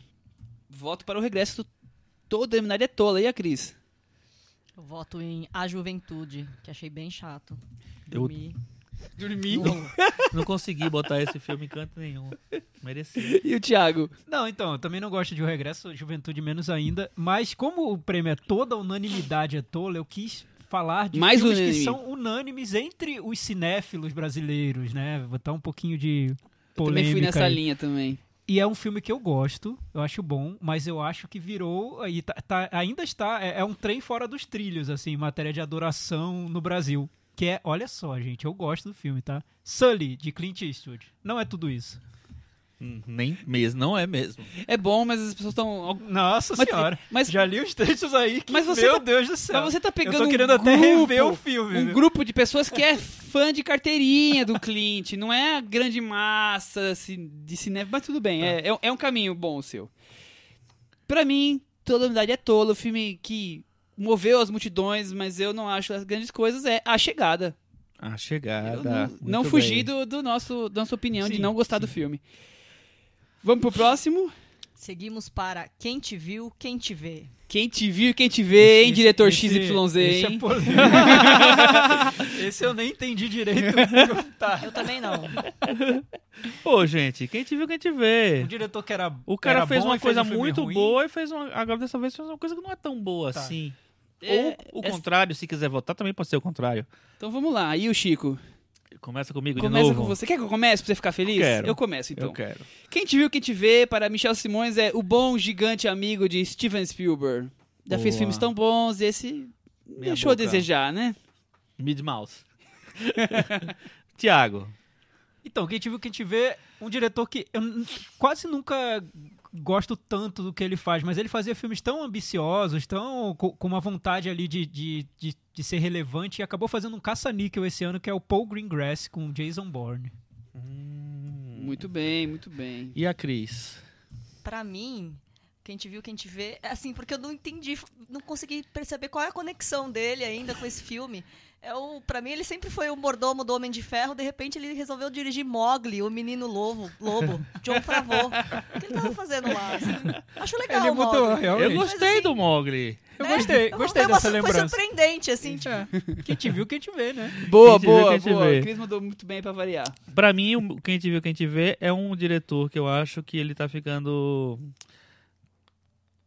Voto para o regresso do todo Eliminado é tola. E a Cris?
Eu voto em A Juventude, que achei bem chato.
Eu-
Dormi.
Dormi.
Não consegui botar esse filme em canto nenhum. Merecia.
E o Thiago?
Não, então, eu também não gosto de O Regresso, Juventude menos ainda, mas como o prêmio é toda unanimidade é tola, eu quis falar de
Mais
filmes
unânime.
que são unânimes entre os cinéfilos brasileiros, né? Botar um pouquinho de polêmica.
Também fui nessa
aí.
linha também.
E é um filme que eu gosto, eu acho bom, mas eu acho que virou. Aí tá- tá- ainda está. É, é um trem fora dos trilhos, assim, em matéria de adoração no Brasil. Que é, olha só, gente, eu gosto do filme, tá? Sully, de Clint Eastwood. Não é tudo isso.
Hum, Nem mesmo, não é mesmo.
É bom, mas as pessoas estão...
Nossa
Mas-
senhora.
mas-
Já li os textos aí que.
Mas você
meu
tá-
Deus do céu.
Mas você tá pegando
eu tô
um
querendo até
grupo,
rever o filme. né?
um
viu?
grupo de pessoas que é fã de carteirinha do Clint. Não é a grande massa ci- de cinema, mas tudo
Tá.
bem. É, é, é um caminho bom o seu. Pra mim, Toda Unidade é Tolo. O filme que moveu as multidões, mas eu não acho as grandes coisas, é A Chegada.
A
Eu
chegada.
não não fugir do, do nosso, da nossa opinião de
Sim,
não gostar do filme. Vamos pro próximo?
Seguimos para Quem Te Viu, Quem Te Vê.
Quem te viu, quem te vê, hein,
Esse-
diretor
esse-
XYZ,
esse é
hein?
polêmico. <laughs> esse eu nem entendi direito.
<laughs>
tá.
Eu também não.
Pô, gente, quem te viu, quem te
O
vê.
Um diretor que era.
O cara
era
fez
bom
uma
e fez
coisa
um filme
muito
ruim.
boa e fez uma. Agora dessa vez fez uma coisa que não é tão boa
Tá.
assim.
É,
Ou o
é-
contrário, se quiser votar, também pode ser o contrário.
Então vamos lá. E o Chico?
Começa comigo
Começa
de novo.
com você. Quer que eu comece pra você ficar feliz?
Quero.
Eu começo, então.
Eu quero.
Quem te viu, quem te vê, para Michel Simões, é o bom, gigante amigo de Steven Spielberg. Já fez
Boa.
filmes tão bons, esse
Minha
deixou
boca.
a desejar, né?
<laughs> Midmouse. Tiago.
Então, quem te viu, quem te vê, um diretor que eu n- quase nunca gosto tanto do que ele faz, mas ele fazia filmes tão ambiciosos, tão co- com uma vontade ali de, de, de, de ser relevante, e acabou fazendo um caça-níquel esse ano, que é o Paul Greengrass com Jason Bourne. Hum.
Muito bem, muito bem.
E a Cris?
Pra mim, Quem Te Viu, Quem Te Vê, é assim, porque eu não entendi, não consegui perceber qual é a conexão dele ainda com esse filme. É o, pra mim, ele sempre foi o mordomo do Homem de Ferro, de repente ele resolveu dirigir Mogli, o menino lobo, lobo John Favreau. O que ele tava fazendo lá? assim? Acho
é
legal o Mowgli.
Eu
Mas
gostei
assim,
do Mogli.
Eu
né?
gostei,
Eu-
gostei
foi
dessa
uma- Foi
lembrança.
surpreendente, assim, tipo,
<laughs> Quem te viu, quem te vê, né?
Boa,
te vê,
boa,
quem te
boa.
vê.
O Cris mandou muito bem pra variar.
Pra mim, o quem te viu, quem te vê é um diretor que eu acho que ele tá ficando.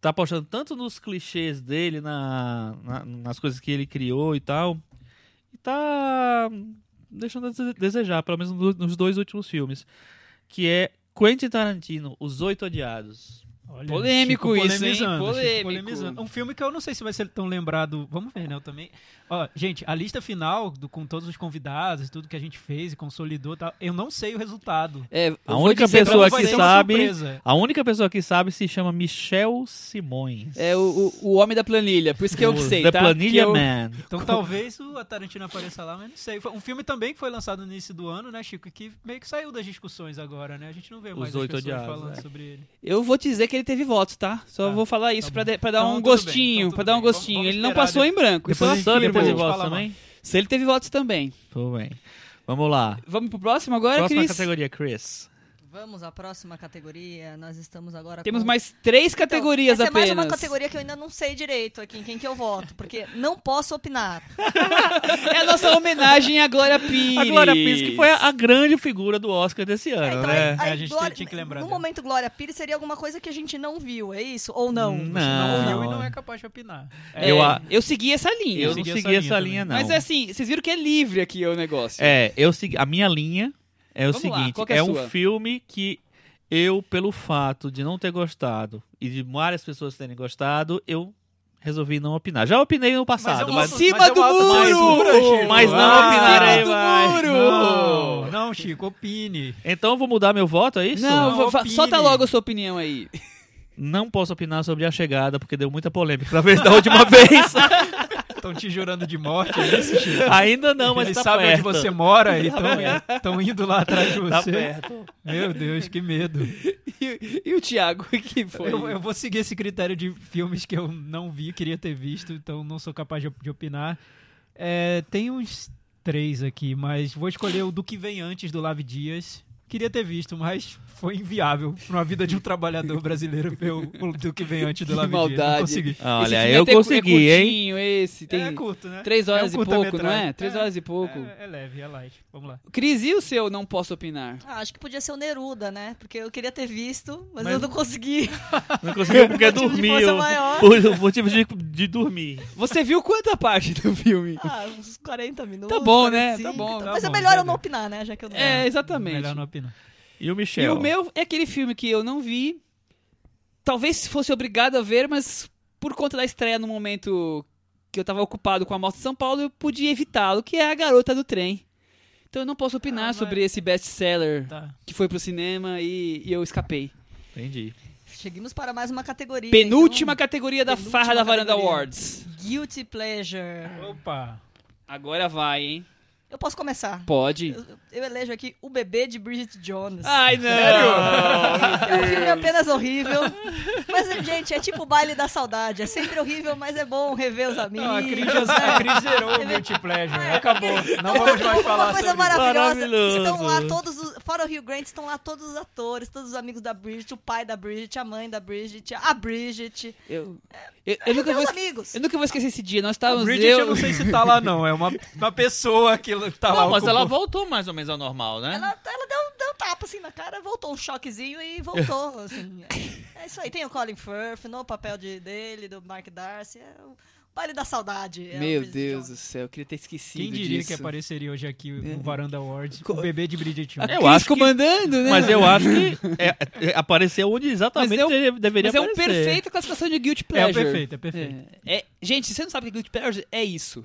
Tá apostando tanto nos clichês dele, na, na- nas coisas que ele criou e tal. E tá deixando a dese- desejar, pelo menos no- nos dois últimos filmes. Que é Quentin Tarantino, Os Oito Odiados.
Olha,
Polêmico
Chico
isso, hein?
polemizando, Chico
Polêmico.
polemizando. Um filme que eu não sei se vai ser tão lembrado. Vamos ver, né? Eu também. Ó, gente, a lista final do- com todos os condados, tudo que a gente fez e consolidou, e tal, eu não sei o resultado.
É, eu
A
vou
única
dizer pra
pessoa
você-
que
ser uma
sabe-
surpresa.
A única pessoa que sabe se chama Michel Simões.
É o, o, o homem da planilha, por isso que eu que sei,
The
tá? que
Planilha
eu... tá
Man.
Então
<laughs>
talvez o a Tarantino apareça lá, mas não sei. Foi um filme também que foi lançado no início do ano, né, Chico? Que meio que saiu das discussões agora, né? A gente não vê
Os
mais as
Oito
pessoas
Odiados,
falando
é.
sobre ele.
Eu vou te dizer que ele teve votos, tá? Só
Tá,
vou falar isso
tá
pra,
bom.
de- pra dar
Então,
um
tudo bem,
gostinho,
então
pra
tudo
dar um
bem. Vamos-
gostinho.
vamos
ele não
esperar né?
passou em branco. isso eu afirmo.
Depois, depois, depois de
Depois a gente
votos
fala
também?
Se ele teve votos também.
Tudo bem. Vamos lá.
Vamos pro próximo agora,
Próxima
Cris?
categoria, Chris.
Vamos à próxima categoria. Nós estamos agora
Temos
com...
mais três
Então,
categorias
essa
apenas.
é mais uma categoria que eu ainda não sei direito aqui em quem que eu voto, porque não posso opinar.
É a nossa homenagem à Glória Pires.
A Glória Pires, que foi a, a grande figura do Oscar desse ano,
então,
né?
É, a gente tinha que lembrar
No
dela.
momento, Glória Pires seria alguma cosa que a gente não viu, é isso? Ou não?
Não,
Não,
viu e não é capaz de opinar.
É,
Ah. Eu a-
eu segui essa linha.
Eu não segui essa linha, não.
Mas é assim, vocês viram que é livre aqui o negócio.
É, eu segui a minha linha É o
Vamos lá,
seguinte,
qual que é a
é um
sua?
filme que eu, pelo fato de não ter gostado e de várias pessoas terem gostado, eu resolvi não opinar. Já opinei no
Mas é
passado,
um
Em
mas,
assunto-
cima
mas é
do
uma- mas
muro!
é uma-
mas não
Ah,
opinarei
em cima
mais.
do muro!
Não, não, Chico, opine.
Então eu vou mudar meu voto, é isso?
Não, vou- fa-
opine.
solta logo a sua opinião aí.
Não posso opinar sobre a chegada, porque deu muita polêmica na vez da última <laughs> vez.
Estão te jurando de morte, é isso, Chico?
Ainda não, mas
Eles
tá
sabem
perto.
onde
é,
você mora e estão indo lá atrás de
Tá
você.
perto.
Meu Deus, que medo.
E, e o Thiago, <laughs> que foi?
Eu, eu vou seguir esse critério de filmes que eu não vi, queria ter visto, então não sou capaz de, op- de opinar. É, tem uns três aqui, mas vou escolher o do que vem antes do Lave Dias. Queria ter visto, mas foi inviável na vida de um trabalhador brasileiro ver o, o do que vem antes do
Que
Lave Dias. Não
maldade.
consegui.
Esse
Olha,
filme
eu
até cu-
consegui,
é
hein?
curtinho, Esse, tem
É curto, né?
três
É um
horas e pouco, não
curta-metragem.
é? Três horas e pouco.
É, é leve, é light. Vamos lá.
Cris, e o seu não posso opinar?
Ah, acho que podia ser o Neruda, né? Porque eu queria ter visto, mas,
Mas-
eu não consegui.
Não consegui
<laughs>
porque
Motivo de força
dormiu.
maior.
Por motivo de, de dormir.
Você viu quanta parte do filme?
Ah, uns 40 minutos.
Tá bom, né? Tá
45,
bom,
então.
tá
Mas é
bom,
melhor eu
entendeu?
não opinar, né? Já que eu não.
É, exatamente.
Melhor não opinar.
E o
E
Michel?
o meu é aquele filme que eu não vi. Talvez fosse obrigado a ver, mas por conta da estreia no momento que eu tava ocupado com a Mostra de São Paulo, eu podia evitá-lo, que é A Garota do Trem. Então eu não posso opinar
Ah, mas-
sobre esse best-seller
Tá.
que foi pro cinema e, e eu escapei.
Entendi.
Chegamos para mais uma
então,
categoria.
Penúltima categoria da
penúltima
Farra da Varanda
categoria.
Awards.
então. Guilty Pleasure.
Opa.
Agora vai, hein?
Eu posso começar.
Pode.
Eu, eu elejo aqui o bebê de Bridget Jones.
Ai, não! <laughs>
É um filme apenas horrível. Mas, gente, é tipo o baile da saudade. É sempre horrível, mas é bom rever os amigos.
Não, Ah, a Cris, já- a Cris zerou o Guilty Pleasure. Acabou. Não vamos mais
Uma
falar sobre
coisa
isso.
maravilhosa.
Maravilhoso.
Estão lá todos os. Fora o Rio Grant, estão lá todos os atores, todos os amigos da Bridget, o pai da Bridget, a mãe da Bridget, a Bridget.
Eu, eu, eu nunca vou,
Meus
es-
amigos.
eu nunca vou esquecer esse dia. Nós estávamos.
Bridget, eu... não sei se tá lá, não. É uma, uma pessoa que tá lá.
Não, mas
ocupou-
ela voltou mais ou menos ao normal, né?
Ela, ela deu, deu um tapa assim na cara, voltou um choquezinho e voltou.
<laughs>
assim. É isso aí. Tem o Colin Firth no papel de- dele, do Mark Darcy. É o baile da saudade. é o
Meu
Bridget
Deus
Jones.
do céu, eu queria ter esquecido
Quem diria
disso.
que é apareceria hoje aqui no Varanda Awards o bebê de Bridget
A
Jones?
Eu
Cris
acho que-
comandando, né?
Mas eu acho que é-
<laughs>
é- apareceu onde
Mas
exatamente
é um-
ele deveria
Mas é um
aparecer.
perfeita classificação de Guilty
É o
Pleasure.
perfeito, é perfeito.
É, é- gente, você não sabe o que é Guilty Pleasure? É isso.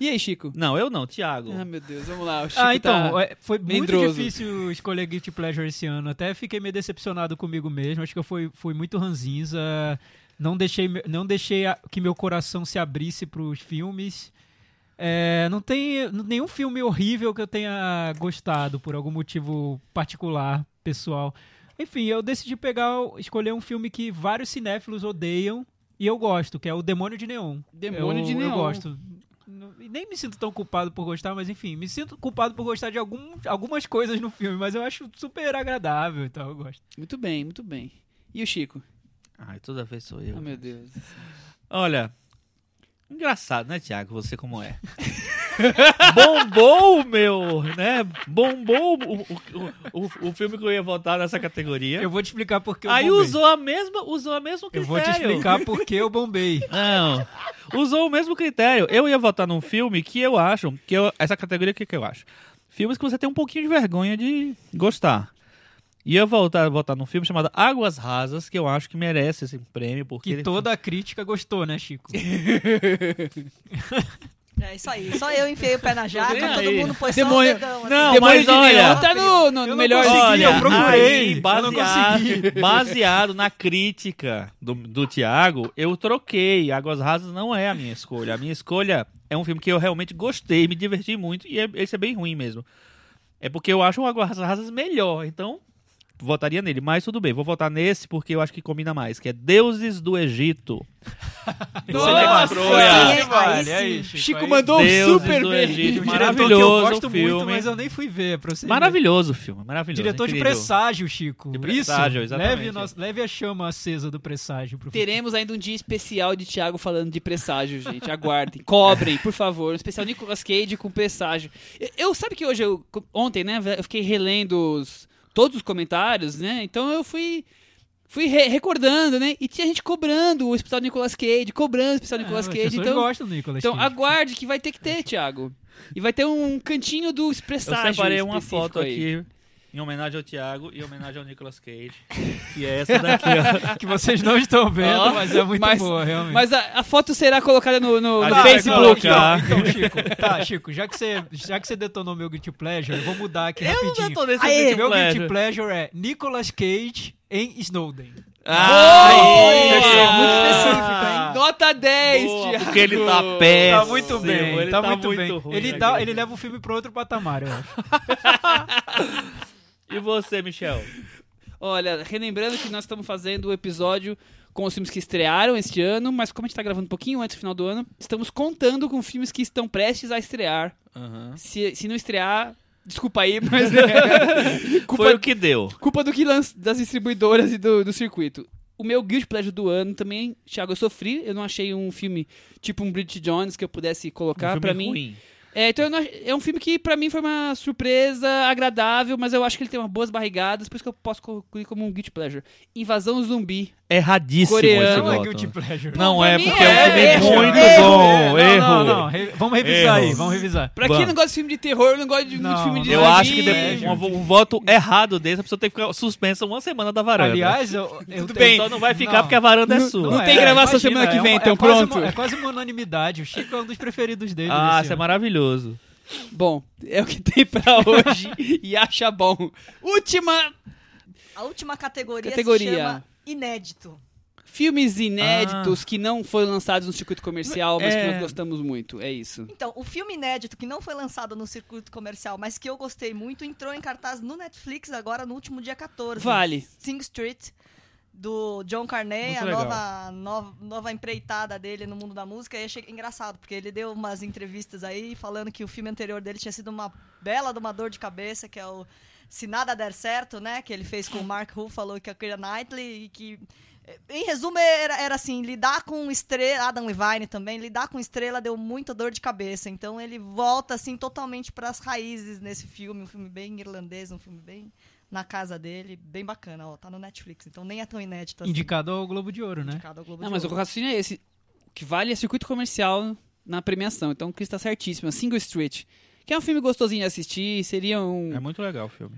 E aí, Chico?
Não, eu não, Thiago.
Ah, meu Deus, vamos lá. O Chico
Ah, então,
tá...
é, foi
medroso.
muito difícil escolher Guilty Pleasure esse ano. Até fiquei meio decepcionado comigo mesmo. Acho que eu fui, fui muito ranzinza. Não deixei, me- não deixei a- que meu coração se abrisse pros filmes. É, não tem nenhum filme horrível que eu tenha gostado por algum motivo particular, pessoal. Enfim, eu decidi pegar, o- escolher um filme que vários cinéfilos odeiam e eu gosto, que é o Demônio de Neon.
Demônio
eu,
de Neon.
Eu gosto. Não- e Nem me sinto tão culpado por gostar, mas enfim, me sinto culpado por gostar de algum, algumas coisas no filme, mas eu acho super agradável, então eu gosto.
Muito bem, muito bem. E o Chico?
Ai, toda vez sou
Ah,
eu.
meu Deus.
Olha, engraçado, né, Thiago? Você como é. <laughs> Bombou o meu, né? Bombou o, o, o, o filme que eu ia votar nessa categoria.
Eu vou te explicar por que eu
Aí
bombei.
usou a mesma, usou a mesmo
Eu
critério.
vou te explicar por que eu <laughs> bombei.
Não. Usou o mesmo critério. Eu ia votar num filme que eu acho. Que eu, essa categoria que, que eu acho? Filmes que você tem um pouquinho de vergonha de gostar. E eu voltar votar num filme chamado Águas Rasas, que eu acho que merece esse prêmio, porque.
Que toda a crítica gostou, né, <laughs> Chico?
É isso aí. Só eu enfiei o pé na jaca,
Olha
todo
aí.
mundo pôs
Demônio-
só o dedão. assim.
Não,
Demônio
mas
de
olha-
Neon tá no, no-
Eu
no
não
melhor
consegui,
Olha,
eu procurei,
aí,
eu não
baseado, baseado na crítica do, do Tiago, eu troquei. Águas Rasas não é a minha escolha. A minha escolha é um filme que eu realmente gostei, me diverti muito, e é- esse é bem ruim mesmo. É porque eu acho o Águas Rasas melhor, então votaria nele. Mas tudo bem, vou votar nesse porque eu acho que combina mais, que é Deuses do Egito. do
é
Nossa,
Sidney Croia.
aí
vale,
sim.
aí,
Chico,
Chico, É aí-
mandou
Deuses
um super
do
bem.
Egito.
Um diretor que eu
Maravilhoso
gosto
o filme.
muito, mas eu nem fui ver, pra você ver.
Maravilhoso o filme, maravilhoso.
Diretor de
incrível.
presságio, Chico.
De presságio,
Isso.
exatamente.
Leve, o nosso- leve a chama acesa do presságio pro
Teremos ainda um dia especial de Thiago falando de presságio, gente. Aguardem. Cobrem, por favor. Um especial Nicolas Cage com presságio. Eu, eu- sabe que hoje, eu, ontem, né, eu fiquei relendo os- todos os comentários, né? Então eu fui. Fui re- recordando, né? E tinha gente cobrando o especial Nicolas Cage, cobrando o especial Nicolas
Ah,
Cage.
As pessoas
Então,
gostam do Nicolas
então
Cage.
aguarde que vai ter que ter, Thiago. E vai ter um cantinho do
Eu
expressagem.
separei uma
específico
foto
aí.
aqui em homenagem ao Thiago e em homenagem ao Nicolas Cage. Que é essa daqui, ó.
Que vocês não estão vendo,
Ó,
mas é muito
mas-
boa, realmente.
Mas a, a foto será colocada no, no-
A
no
gente vai
Facebook.
colocar.
Então, então, Chico, tá, Chico, já que você, já que você detonou meu Guilty Pleasure, <laughs> eu vou mudar aqui rapidinho.
Eu tô nesse
Aê!
vídeo,
Meu
pleasure.
Guilty Pleasure é Nicolas Cage em Snowden.
Ah,
Boa!
aí, fechou.
Muito
específico,
Nota 10,
Ah, Boa,
Thiago.
Porque ele tá péssimo.
Tá muito bem,
ele
tá, muito, bem.
ruim,
ele,
né,
dá,
cara?
ele leva o filme pra outro patamar, eu acho.
E você, Michel?
Olha, relembrando que nós estamos fazendo o episódio com os filmes que estrearam este ano, mas como a gente está gravando um pouquinho antes do final do ano, estamos contando com filmes que estão prestes a estrear. Se, se não estrear, desculpa aí,
<laughs>
mas. <laughs> culpa,
Foi o que deu.
culpa do que lança, das distribuidoras e do, do circuito. O meu Guild Pleasure do ano também, Thiago, eu sofri. Eu não achei um filme tipo um Bridget Jones que eu pudesse colocar.
Um filme
pra mim,
ruim.
é, então eu não ach- é um filme que pra mim foi uma surpresa agradável, mas eu acho que ele tem umas boas barrigadas, por isso que eu posso concluir como um guilty pleasure. Invasão zumbi.
É Erradíssimo
Coreano
esse
Não é
voto.
Guilty Pleasure.
Não
pra
é,
mim
porque é,
é,
um filme
erro,
muito
erro,
bom.
É,
erro.
Não, não, não. re- vamos revisar
Erro.
aí, vamos revisar.
Pra
Bom.
quem não gosta de filme de terror, não gosta de muito
Não,
filme de
Eu
zumbi,
acho que
é
depois, um, um voto errado desse, a pessoa tem que ficar suspensa uma semana da varanda.
Aliás, eu, eu
Tudo
tenho-
bem. Só então não vai ficar porque a varanda é
Não-
sua.
não tem gravação semana que
é
vem,
uma- é
então,
quase
pronto.
uma- é quase uma unanimidade. O Chico é um dos preferidos dele.
Ah,
desse
isso é
ano.
maravilhoso.
Bom, é o que tem pra <laughs> hoje e acha bom. Última
A última categoria,
Categoria.
se chama inédito.
filmes inéditos que não foram lançados no circuito comercial, mas que
Ah. É.
nós gostamos muito. É isso.
Então, o filme inédito que não foi lançado no circuito comercial, mas que eu gostei muito, entrou em cartaz no Netflix agora no último dia 14.
Vale.
Sing Street do John Carney,
Muito
a
legal.
nova, nova, nova empreitada dele no mundo da música. E achei engraçado, porque ele deu umas entrevistas aí falando que o filme anterior dele tinha sido uma bela de uma dor de cabeça, que é o Se Nada Der Certo, né? Que ele fez com o Mark Ruffalo, que é a Keira Knightley, e que... eh, Em resumo, era, era assim, lidar com estrela, Adam Levine também, lidar com estrela deu muita dor de cabeça. Então ele volta, assim, totalmente para as raízes nesse filme, um filme bem irlandês, um filme bem na casa dele, bem bacana, ó, tá no Netflix, então nem é tão inédito assim.
Indicado ao Globo de Ouro, né?
Indicado ao Globo
Não,
de
mas o
Ouro.
raciocínio é esse. O que vale é circuito comercial na premiação. Então o Cris tá certíssimo. Single Street. Que é um filme gostosinho de assistir, seria um.
É muito legal o filme.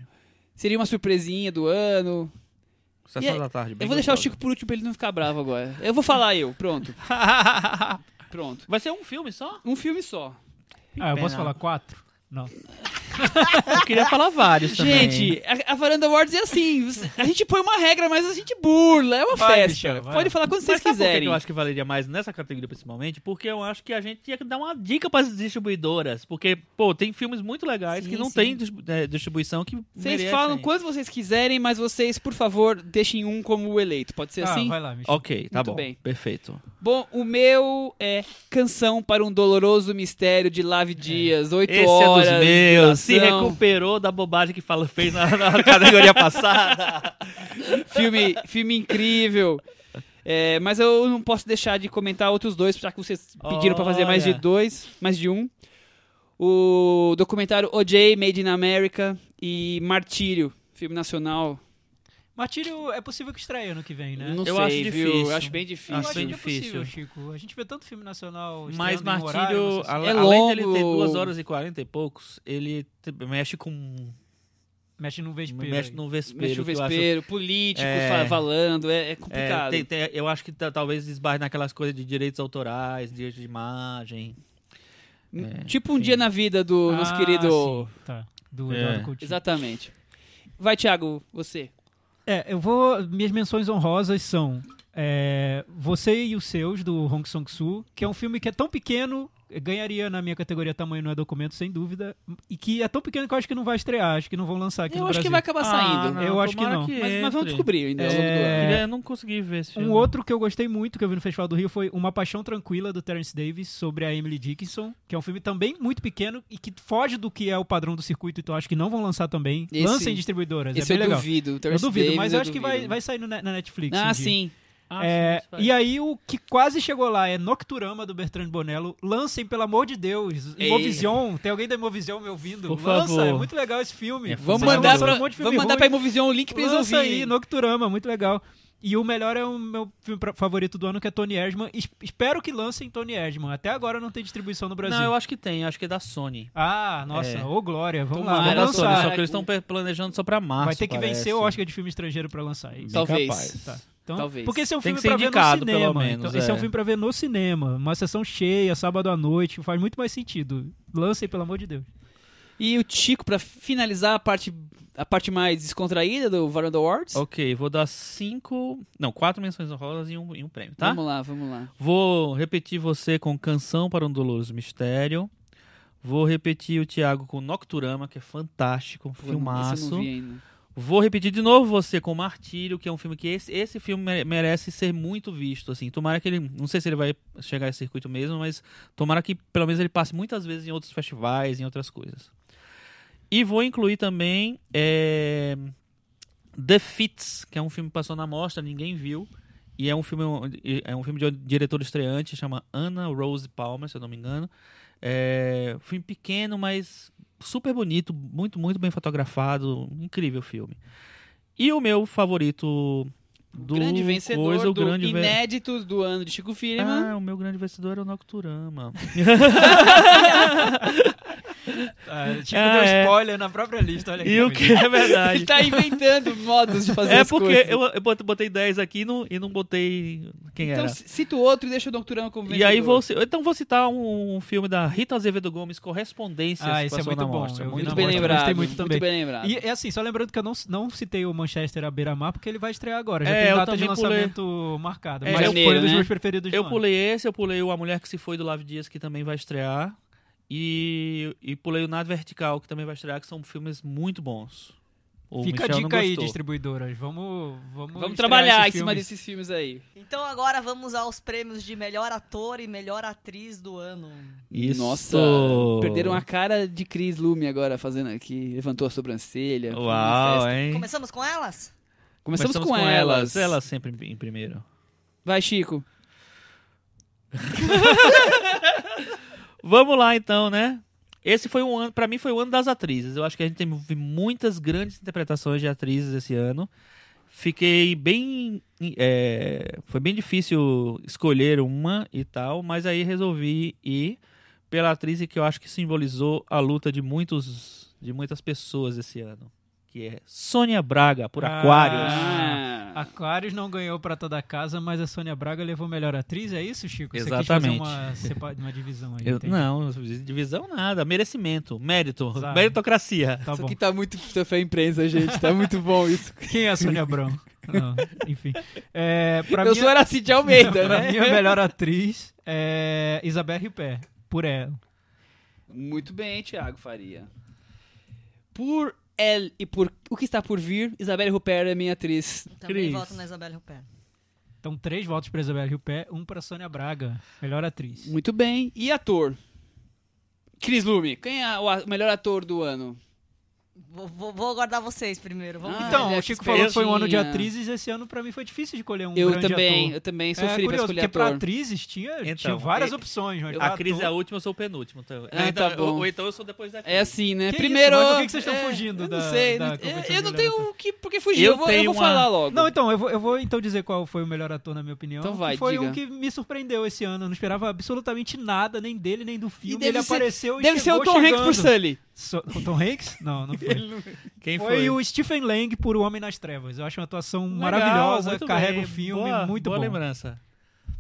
Seria uma surpresinha do ano.
Sessão
E aí,
da tarde. bem
eu vou deixar o
gostosa.
Chico por último pra ele não ficar bravo agora. Eu vou falar eu, pronto. Pronto.
<laughs> Vai ser um filme só?
Um filme só.
Ah, eu posso
Pena.
falar quatro? Não.
<laughs> Eu queria falar vários também.
Gente, a, a Varanda Awards é assim. você- A gente põe uma regra, mas a gente burla. É uma
Vai,
festa.
Michel, vai.
Pode falar quando
Mas
vocês
sabe por que que
quiserem.
eu acho que valeria mais nessa categoria principalmente? Porque eu acho que a gente tinha que dar uma dica para as distribuidoras. Porque, pô, tem filmes muito legais
Sim,
que não
sim.
tem dis- eh, distribuição que
Vocês
merecem.
falam quanto vocês quiserem, mas vocês, por favor, deixem um como o eleito. Pode ser
Ah,
assim?
vai lá, Michel.
Ok, tá
Muito
bom.
bem.
Perfeito.
Bom, o meu é Canção para um Doloroso Mistério de Lave Dias, oito
É. Esse
horas.
é dos meus. Se
duração.
recuperou da bobagem que fala, fez na, na
<laughs>
categoria passada.
filme, filme incrível. É, mas eu não posso deixar de comentar outros dois, já que vocês pediram pra fazer mais de
Olha.
dois, mais de um. O documentário OJ, Made in America e Martírio, filme nacional.
Martírio, é possível que estreia ano que vem, né?
Não
Eu
sei,
acho
viu?
difícil.
Eu acho bem difícil.
Eu acho
bem
que é possível,
difícil.
Chico. A gente vê tanto filme nacional
Mas
estreando em um horário,
Martírio,
não sei se-
al-
É
além dele ter
longo.
2 horas e 40 e poucos, ele te- mexe com.
Mexe no vespeiro.
mexe
aí.
no vespeiro.
Mexe o
que eu acho-
vespeiro, políticos
É.
fa- falando, é, é
É,
complicado.
tem- tem- eu acho que ta- talvez esbarre naquelas coisas de direitos autorais, direitos de imagem.
N- tipo um dia na vida do nosso
Ah,
querido.
sim, tá. Do
É.
Eduardo Coutinho.
Exatamente. Vai, Thiago, você.
É, eu vou. Minhas menções honrosas são é, Você e os Seus, do Hong Song-soo, que é um filme que é tão pequeno, ganharia na minha categoria Tamanho Não é Documento, sem dúvida, e que é tão pequeno que eu acho que não vai estrear, acho que não vão lançar aqui
Eu
no
acho que
Brasil.
vai acabar tá saindo.
Ah, não. Eu acho que
tomara
não.
Mas, mas vamos
entre.
descobrir ainda ao longo do ano.
É.
Ele- Eu não consegui ver esse filme.
Um outro que eu gostei muito, que eu vi no Festival do Rio, foi Uma Paixão Tranquila, do Terence Davis, sobre a Emily Dickinson, que é um filme também muito pequeno e que foge do que é o padrão do circuito, então acho que não vão lançar também.
Esse-
Lancem distribuidoras,
Esse
é
eu
bem legal.
duvido.
eu duvido, mas eu acho que vai, vai sair no, ne- na Netflix.
Ah,
um dia.
sim.
Ah,
É,
sim, isso
e aí o que quase chegou lá é Nocturama do Bertrand Bonello. Lancem, pelo amor de Deus.
Ei.
Imovision. Tem alguém da Imovision me ouvindo?
Por
Lança,
favor.
é muito legal esse filme.
Vamos
Vocês
mandar,
lançaram
pra,
um monte de filme
vamos mandar
ruim.
pra Imovision o link pra eles
Lança aí,
ouvirem.
Nocturama, muito legal. E o melhor é o meu filme pra- favorito do ano, que é Tony Erdman. Es- espero que lancem Tony Erdman. Até agora não tem distribuição no Brasil.
Não, eu acho que tem, acho que é da Sony.
Ah, nossa,
É.
ô glória, vamos
Tomara,
lá,
é da
vamos
Sony,
Ah, lançar.
só que eles estão pe- planejando só pra março.
Vai ter que
parece.
vencer o Oscar de filme estrangeiro pra lançar é isso.
Talvez.
capaz.
Tá. Então,
Talvez.
Porque esse é um
Tem
filme
que ser
pra ver no
indicado, pelo
cinema.
menos,
então, Esse é um
é.
filme pra ver no cinema. Uma sessão cheia, sábado à noite. Faz muito mais sentido. Lancem, pelo amor de Deus.
E o Tico, pra finalizar a parte, a parte mais descontraída do Varanda Awards.
Ok, vou dar cinco. Não, quatro menções honrosas e um, e um prêmio,
Uhum.
tá?
Vamos lá, vamos lá.
Vou repetir você com Canção para um Doloroso Mistério. Vou repetir o Thiago com Nocturama, que é fantástico, um
Esse eu
filmaço.
não vi ainda.
Vou repetir de novo você com Martírio, que é um filme que esse, esse filme mere- merece ser muito visto, assim. Tomara que ele, não sei se ele vai chegar a circuito mesmo, mas tomara que pelo menos ele passe muitas vezes em outros festivais, em outras coisas. E vou incluir também eh, The Fits, que é um filme que passou na mostra, ninguém viu. E é um filme, onde- é um filme de um diretor estreante, chama Anna Rose Palmer, se eu não me engano. É, filme pequeno, mas super bonito, muito, muito bem fotografado, incrível filme. E o meu favorito do
grande vencedor
coisa, o
do
grande ven-
Inéditos do ano de Chico Firma.
Ah, o meu grande vencedor é o
<laughs>
Nocturama.
Ah, Chico
Ah,
deu
é.
spoiler na própria lista, olha
e o que é
Ah,
verdade.
<laughs>
Ele tá inventando modos de fazer
É
as
porque
coisas.
eu, eu bot- botei 10 aqui e não, e não botei quem
Então
era.
c- cita o outro e deixa o Nocturama como
E aí
vencedor.
vou, ci- então vou citar um, um filme da Rita Azevedo Gomes, Correspondências.
Ah,
que
esse é
passou na
muito bom,
Mostra.
eu vi
Muito
Muito
na
bom.
bem
mostra,
lembrado.
gostei muito também.
bem lembrado.
E é assim, só lembrando que eu não, não citei o Manchester à beira-mar, porque ele vai estrear agora. Já
É,
tem
eu
data de
também pulei.
lançamento marcada.
É,
Mas
janeiro,
foi um dos
né?
meus preferidos
Eu
do ano.
pulei esse, eu pulei o A Mulher Que Se Foi do Lave Dias, que também vai estrear. E, e pulei o Nada Vertical, que também vai estrear, que são filmes muito bons. O
Fica
Michel
a
não
dica aí,
gostou.
distribuidoras. Vamos, vamos,
Vamos
estrear
trabalhar em
esses
cima
filmes.
desses filmes aí.
Então agora vamos aos prêmios de melhor ator e melhor atriz do ano.
Isso.
Nossa, perderam a cara de Cris Lume agora fazendo aqui. Levantou a sobrancelha. foi uma
Uau,
é.
festa.
hein?
Começamos com elas?
Começamos, com, elas.
Elas sempre em primeiro.
Vai, Chico.
Vamos lá então, né? Esse foi um ano, para mim foi o ano das atrizes. Eu acho que a gente teve muitas grandes interpretações de atrizes esse ano. Fiquei bem, é, foi bem difícil escolher uma e tal, mas aí resolvi ir pela atriz que eu acho que simbolizou a luta de muitos, de muitas pessoas esse ano, que é Sônia Braga por
Ah.
Aquários.
Ah.
Ah.
Aquarius não ganhou Prata da Casa, mas a Sônia Braga levou melhor atriz, é isso, Chico?
Exatamente.
Você quis fazer uma, sepa- uma divisão aí.
Eu-
entende?
não, divisão nada, merecimento, mérito,
Exato.
meritocracia.
Tá
isso
bom.
aqui tá muito café imprensa, gente. Tá muito bom isso.
Quem é a
<laughs>
Sônia Abrão? Não, enfim. É, pra
eu
mim,
sou Aracide de Almeida,
<laughs> pra
né?
mim, é- a melhor atriz é Isabel Ripé, por ela.
Muito bem, Thiago Faria. Por El e por o que está por vir, Isabelle Rupert é minha atriz.
Também
Cris.
voto na Isabelle Rupert.
Então, três votos pra Isabel Ripé, um pra Sônia Braga, melhor atriz.
Muito bem. E ator? Cris Lume, quem é o a- o melhor ator do ano?
Vou, vou, vou aguardar vocês primeiro. Vamos
Ah,
Então,
ele é
o Chico falou que foi um ano de
espertinha.
atrizes, esse ano pra mim foi difícil escolher um
eu
grande
também,
ator.
eu também
é
sofri
curioso,
pra escolher
porque pra
ator.
atrizes tinha, tinha
Então,
várias
eu-
opções. né? mas pra
A Cris
ator-
é a última, eu sou o penúltimo. Então.
Ah,
Ainda-
tá bom.
Ou, ou então eu sou depois da Cris.
É assim, né?
Que
Primeiro.
isso, mas por que que vocês estão
é,
fugindo
eu não
da-
sei.
da
não-
competição
é, eu não
de
tenho
melhor
o que porque fugir.
Eu
Eu, vou, eu
tenho
vou
uma-
falar logo.
Não, então, eu vou, eu vou então dizer qual foi o melhor ator, na minha opinião.
Então
que
vai,
foi
diga.
o que me surpreendeu esse ano. Eu não esperava absolutamente nada, nem dele, nem do
E
filme.
deve
Ele
ser-
apareceu e
Deve ser o
chegou
Tom Hanks por
chegando.
Sully.
So- o Tom Hanks? Não, não foi.
Quem
foi, o Stephen Lang por O Homem nas Trevas. Eu acho uma atuação
Legal,
maravilhosa,
muito
carrega
bem.
o filme,
Boa-
muito
boa
bom.
lembrança.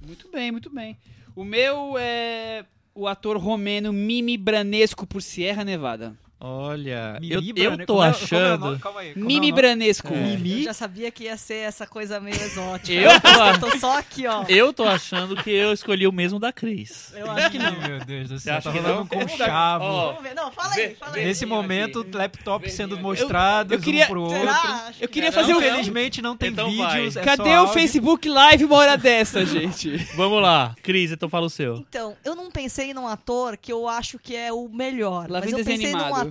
Muito bem, muito bem. O meu é o ator romeno Mimi Branesco por Sierra Nevada.
Olha,
Mimi
eu, eu
Branesco-
tô
como é- como é o nome?
achando.
Calma aí, como é o
Mimi
nome? É.
Branesco.
Eu
Mimi?
já sabia que ia ser essa coisa meio exótica.
Eu tô
<laughs> Eu tô só aqui, ó.
Eu tô achando que eu escolhi o mesmo da Cris.
Eu acho que não.
<laughs> Meu Deus do
Você
céu,
acha
tá
que
rolando
não?
um conchavo.
Ó,
Vamos ver. Não, fala aí, fala aí.
Nesse momento, laptop sendo mostrado
eu queria-
um pro outro.
Será? Acho
Eu
que
queria
não.
fazer o
Infelizmente não tem
um Então
vídeos.
vai.
é
Cadê
só
o
áudio.
Facebook Live uma hora dessa, <laughs> gente?
Vamos lá, Cris, então fala o seu.
Então, eu não pensei num ator que eu acho que é o melhor,
Lá vem
mas eu
desenho
pensei num
animado.
ator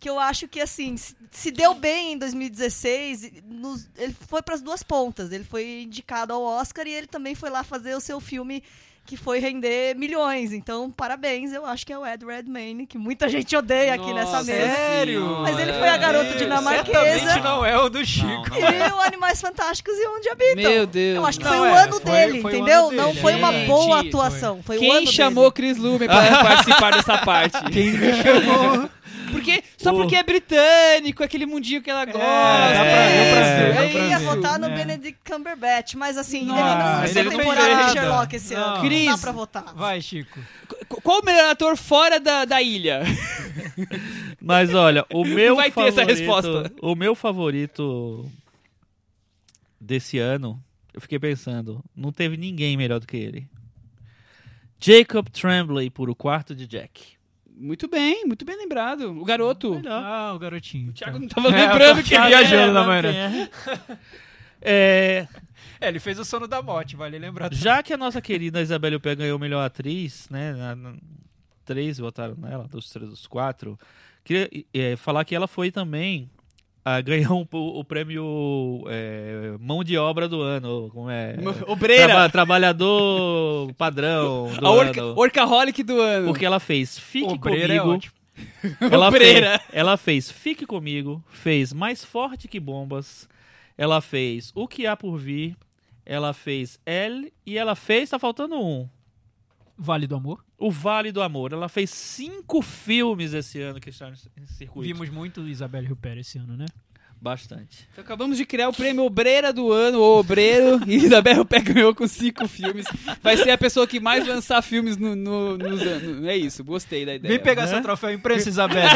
que eu acho que, assim, se- se deu bem em 2016. e nos- ele foi para as duas pontas. Ele foi indicado ao Oscar e ele também foi lá fazer o seu filme que foi render milhões. Então, parabéns. Eu acho que é o Ed Redmayne, que muita gente odeia aqui nessa
Nossa
É
mesa.
Sério?
Mas ele foi a garota dinamarquesa.
Certamente não é o do Chico.
Não, não é.
E o Animais Fantásticos e Onde Habitam.
Então,
Meu Deus.
Eu acho que
Não,
foi o
é,
ano
foi-
dele,
foi o
entendeu?
ano dele,
não foi uma
gente,
boa
foi.
atuação.
um
Foi, o ano
Quem chamou Chris Lumen para
<laughs>
participar dessa parte? Quem chamou? Porque, só porque é britânico, aquele mundinho que ela gosta.
É, dá pra-
é
deu pra
isso,
ver, deu
é
dele. Eu ia
isso.
votar no
É.
Benedict Cumberbatch, mas assim,
Nossa,
ele
ele
não
não
foi
fez
temporada de
nada.
Sherlock esse
Não.
ano. não
Cris,
dá pra votar.
Vai, Chico.
Qu- Qual o melhor ator fora da, da ilha?
Mas olha, o meu
vai ter
favorito,
essa resposta.
O meu favorito desse ano, eu fiquei pensando, não teve ninguém melhor do que ele. Jacob Tremblay por O Quarto de Jack.
Muito bem, muito bem lembrado. O garoto.
Ah, o É, garotinho.
O Thiago não tava lembrando que
Thiago
viajou.
é- na
manhã. É,
<laughs> É, ele fez o sono da morte, vale lembrar.
já que a nossa querida Isabelle Huppert ganhou melhor atriz, né? na- na- três votaram nela, dos três, dos quatro. Queria eh, falar que ela foi também. ah, ganhou um- o, prêmio eh, Mão de Obra do Ano. Como é?
Obreira.
Traba- trabalhador <laughs> padrão do
A orca,
ano.
orcaholic do ano.
Porque ela fez Fique
Obreira é
Comigo.
ótimo.
ela,
Obreira.
fez, ela fez Fique Comigo, fez Mais Forte Que Bombas, ela fez O Que Há Por Vir, ela fez L e ela fez, tá faltando um,
Vale do amor.
O Vale do Amor. Ela fez cinco filmes esse ano que estão em circuito.
Vimos muito Isabelle Rupert esse ano, né?
Bastante.
Então, acabamos de criar o prêmio Obreira do ano, ou Obreiro, <laughs> e Isabel Pé ganhou com cinco filmes. Vai ser a pessoa que mais lançar filmes no, no- nos anos. É isso, gostei da ideia.
Vem
né?
pegar seu troféu imprensa, <laughs> Isabelle.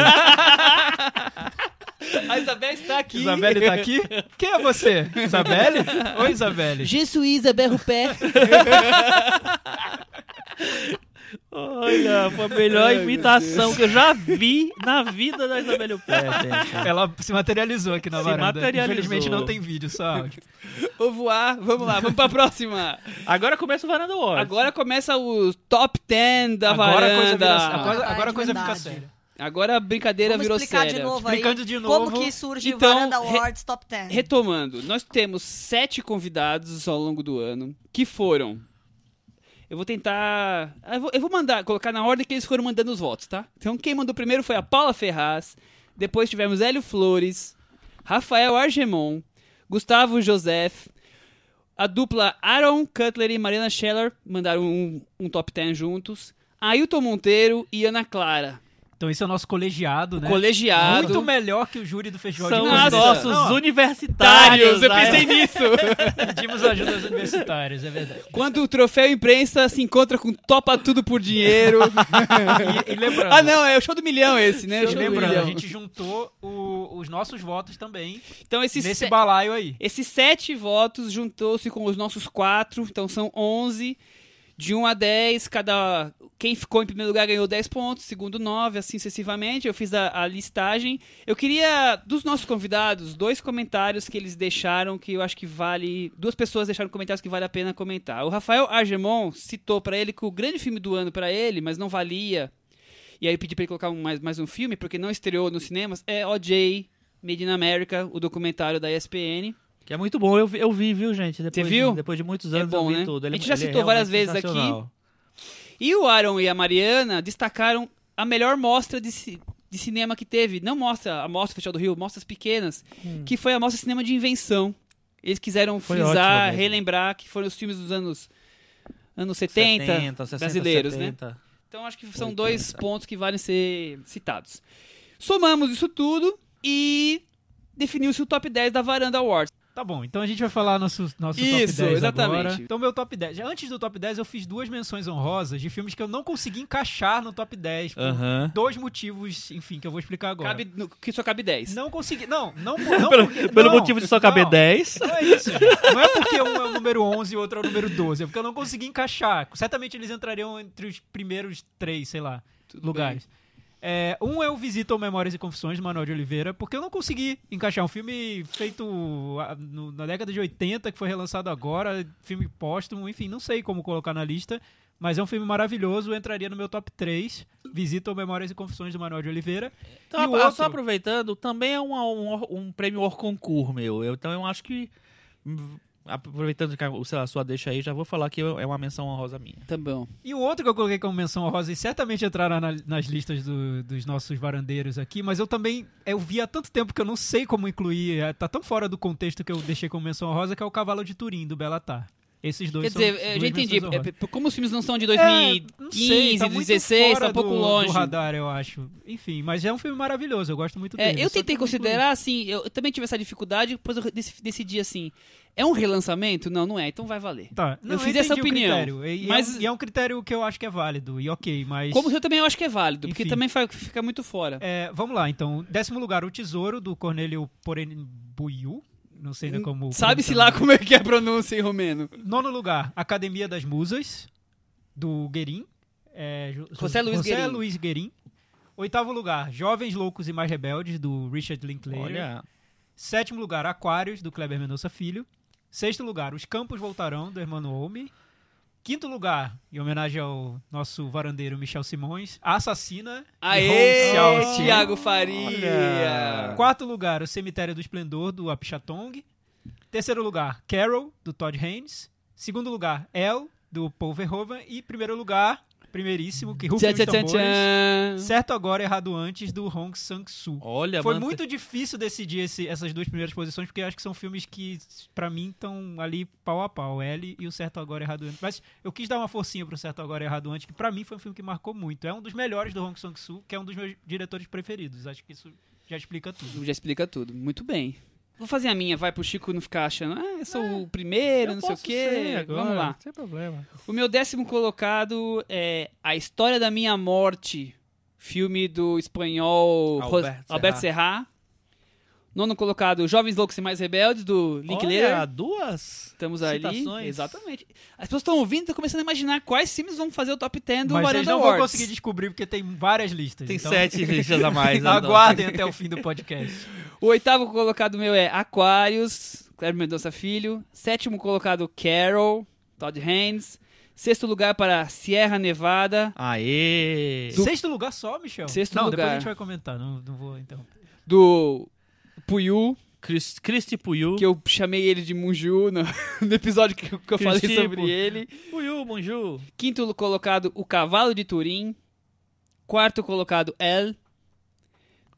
A Isabel está aqui.
Isabelle tá aqui? Quem é você? Isabelle? Oi, Isabelle.
Je suis Isabel Rupé.
Olha, foi a melhor <laughs>
Ai, meu
imitação que eu já vi na vida da Isabelle Huppert, É, gente.
Ela se materializou aqui na
Se
varanda.
materializou.
Infelizmente não tem vídeo, só áudio.
Au revoir, vamos lá, vamos pra próxima.
Agora começa o Varanda Awards.
Agora começa o top 10 da
agora a coisa,
varanda.
vira- assim, agora-
Ah,
agora a
de
coisa fica
verdade.
séria.
Agora a brincadeira
Vamos
virou
explicar
séria.
de novo
Explicando
aí
de novo.
como que surge
Então,
Varanda
re-
Awards Top 10.
Retomando, nós temos sete convidados ao longo do ano que foram. Eu vou tentar. ah, Eu vou, eu vou mandar, colocar na ordem que eles foram mandando os votos, tá? Então quem mandou primeiro foi a Paula Ferraz. Depois tivemos Hélio Flores, Rafael Argemon, Gustavo Joseph. A dupla Aaron Cutler e Mariana Scheller mandaram um, um top 10 juntos. Ailton Monteiro e Ana Clara.
Então esse é o nosso colegiado, né?
Colegiado.
Muito melhor que o júri do Festival
São
de
os
Nossa.
Música.
nossos
Não, ó,
universitários.
eu
né?
pensei nisso.
Pedimos ajuda aos universitários, é verdade.
Quando o troféu imprensa se encontra com topa tudo por dinheiro.
<laughs> E, e lembrando...
ah, não, é o show do milhão esse, né? É o
E
show do
lembrando,
milhão.
a gente juntou o- os nossos votos também
Então esses,
nesse
se-
balaio aí.
esses sete votos juntou-se com os nossos quatro, então são 11. De 1 a 10, cada. Quem ficou em primeiro lugar ganhou 10 pontos, segundo 9, assim sucessivamente. Eu fiz a, a listagem. Eu queria, dos nossos convidados, dois comentários que eles deixaram que eu acho que vale. Duas pessoas deixaram comentários que vale a pena comentar. O Rafael Argemon citou pra ele que o grande filme do ano pra ele, mas não valia. E aí eu pedi pra ele colocar um- mais, mais um filme, porque não estreou nos cinemas, é OJ, Made in America, o documentário da ESPN.
Que é muito bom, eu vi, eu vi, viu, gente? Depois
Você viu?
De, depois de muitos
É
anos
bom,
eu vi
né?
tudo.
A gente já
é
citou várias
realmente
vezes aqui.
sensacional.
E o Aaron e a Mariana destacaram a melhor mostra de, ci- de cinema que teve. Não mostra a mostra Festival do Rio, mostras pequenas, que foi a mostra cinema de invenção. Eles quiseram
Hum. Foi ótimo
frisar,
mesmo.
relembrar que foram os filmes dos anos anos 70,
70, 60,
brasileiros, né?
70.
Então acho que são
80.
dois pontos que valem ser citados. Somamos isso tudo e definiu-se o top 10 da Varanda Awards.
Tá bom, então a gente vai falar nosso, nosso
Isso,
top 10
exatamente.
agora. Então meu top 10. Antes do top 10 eu fiz duas menções honrosas de filmes que eu não consegui encaixar no top 10 por
Aham.
dois motivos, enfim, que eu vou explicar agora.
Cabe no- que só cabe 10.
Não consegui, não, não,
<laughs>
não
Pelo,
porque-
pelo
não,
motivo de só caber
não.
10.
Não é isso, gente. Não é porque um é o número 11 e o outro é o número 12. É porque eu não consegui encaixar. Certamente eles entrariam entre os primeiros três, sei lá, lugares. É, um é o Visita ou Memórias e Confissões, do Manuel de Oliveira, porque eu não consegui encaixar. Um filme feito ah, no- na década de 80, que foi relançado agora, filme póstumo, enfim, não sei como colocar na lista. Mas é um filme maravilhoso, entraria no meu top 3. Visita o Memórias e Confissões do Manuel de Oliveira.
Então,
E o
ah,
outro?
só aproveitando, também é um, um, um prêmio or concurso meu. Eu, então eu acho que. hum, Aproveitando que a, sei lá, a sua deixa aí, já vou falar que eu- é uma menção honrosa minha.
Tá bom.
E o outro que eu coloquei como menção honrosa e certamente entrará na- nas listas do- dos nossos varandeiros aqui, mas eu também eu vi há tanto tempo que eu não sei como incluir, é, tá tão fora do contexto que eu deixei como menção honrosa, que é o Cavalo de Turim, do Belatar. Esses dois
Quer
são
dizer,
duas
eu já
menções
entendi.
honrosas.
é, p- como os filmes não são de
É,
2015,
não sei, tá muito
16, tá
fora
um pouco
do-
longe.
Do radar, eu acho. Enfim, mas é um filme maravilhoso, eu gosto muito
É,
dele.
eu
só que
tentei
não incluí.
considerar, assim, eu eu também tive essa dificuldade, depois eu dec- decidi assim, é um relançamento? Não, não é, então vai valer.
Tá, não,
fiz
entendi
essa
o
opinião,
critério, e,
mas-
mas... é um, e é um critério que eu acho que é válido, e ok, mas...
Como eu também acho que é válido, porque
Enfim.
também fa- fica muito fora.
É, vamos lá, então. Décimo lugar, O Tesouro, do Cornelio Porenbuiu. Não sei ainda como...
Hum, Sabe-se
como tá.
lá como é que é a pronúncia em romeno.
Nono lugar, Academia das Musas, do Guerin. É, Ju-
José Luiz
José
Guerin.
Luiz Guerin. Oitavo lugar, Jovens Loucos e Mais Rebeldes, do Richard Linklater.
Olha,
Sétimo lugar, Aquários, do Kleber Mendonça Filho. Sexto lugar, Os Campos Voltarão, do Hermano Olme. Quinto lugar, em homenagem ao nosso varandeiro Michel Simões, A Assassina. de
Aê,
Hong Xiaoqing.
Tiago Faria!
Olha.
Quarto lugar, O Cemitério do Esplendor, do Apichatong. Terceiro lugar, Carol, do Todd Haynes. Segundo lugar, El, do Paul Verhoeven. E primeiro lugar, primeiríssimo, que Rufem
Tchan,
os
tchan, tchan,
tambores.
tchan.
Certo agora, errado antes, do Hong Sang-soo.
olha
Foi
mano,
muito difícil decidir esse- essas duas primeiras posições, porque eu acho que são filmes que, pra mim, estão ali pau a pau. L e o Certo Agora Errado Antes. Mas eu quis dar uma forcinha pro Certo Agora Errado Antes, que pra mim foi um filme que marcou muito. É um dos melhores do Hong Sang-soo, que é um dos meus diretores preferidos. Acho que isso já explica tudo.
Já explica tudo. Muito bem. Vou fazer a minha, vai pro Chico não ficar achando, ah, eu sou
É,
o primeiro, não sei o
posso ser
quê.
agora,
Vamos lá.
Sem problema.
O meu décimo colocado é A História da Minha Morte, filme do espanhol Ro-
Albert Serra.
Alberto Serra. Nono colocado, Jovens Loucos e Mais Rebeldes, do
Olha,
Linklater.
duas
Estamos ali.
citações.
Exatamente. As pessoas estão ouvindo e estão começando a imaginar quais filmes vão fazer o top 10 do
Mas vocês
Varanda
não vão
Awards.
conseguir descobrir, porque tem várias listas.
Tem
então,
sete listas a
<laughs>
mais. né, Adão?
Aguardem até o fim do podcast.
O oitavo colocado meu é Aquarius, Cleber Mendonça Filho. Sétimo colocado, Carol, Todd Haynes. Sexto lugar para Sierra Nevada.
Aê!
Sexto lugar só, Michel?
Sexto
não, depois
lugar.
a gente vai comentar. Não, não vou, então.
do Puyu,
Chris, Christy Puyu.
que eu chamei ele de Munju no, <laughs> no episódio que, eu- que eu falei
Cristipo.
sobre ele.
Puyu, Monju.
Quinto colocado, o Cavalo de Turim. Quarto colocado, El.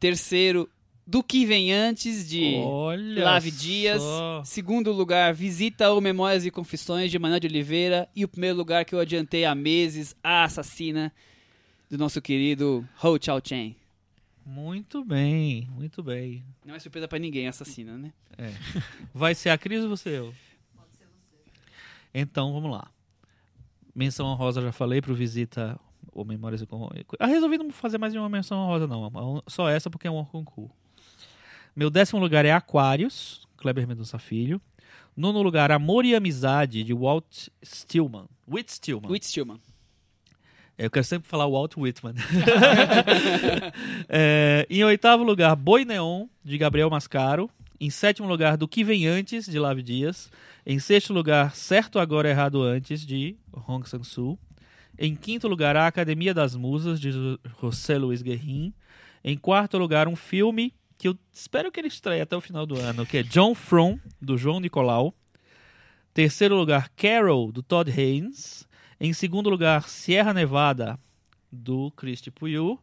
Terceiro, Do Que Vem Antes, de
Olha.
Lave Dias.
só.
Segundo lugar, Visita ou Memórias e Confissões, de Manuel de Oliveira. E o primeiro lugar que eu adiantei há meses, A Assassina, do nosso querido Ho Chao Chen.
Muito bem, muito bem.
Não é surpresa pra ninguém, assassina, né?
Vai ser a Cris ou você eu? Pode ser você. Então, vamos lá. Menção honrosa, já falei pro Visita ou Memórias do Con- Ah, resolvi não fazer mais nenhuma menção honrosa, não. Só essa porque é um concurso. Meu décimo lugar é Aquários, Kleber Mendonça Filho. Nono lugar, Amor e Amizade, de Walt Stillman. Whit Stillman. É,
Whit Stillman.
Eu quero sempre falar Walt Whitman. <laughs> É, em oitavo lugar, Boi Neon, de Gabriel Mascaro. Em sétimo lugar, Do Que Vem Antes, de Lave Dias. Em sexto lugar, Certo Agora Errado Antes, de Hong Sang-soo. Em quinto lugar, A Academia das Musas, de Jo- José Luiz Guerrin. Em quarto lugar, um filme que eu espero que ele estreie até o final do ano, que é John From, do João Nicolau. Terceiro lugar, Carol, do Todd Haynes. Em segundo lugar, Sierra Nevada, do Christy Puyu.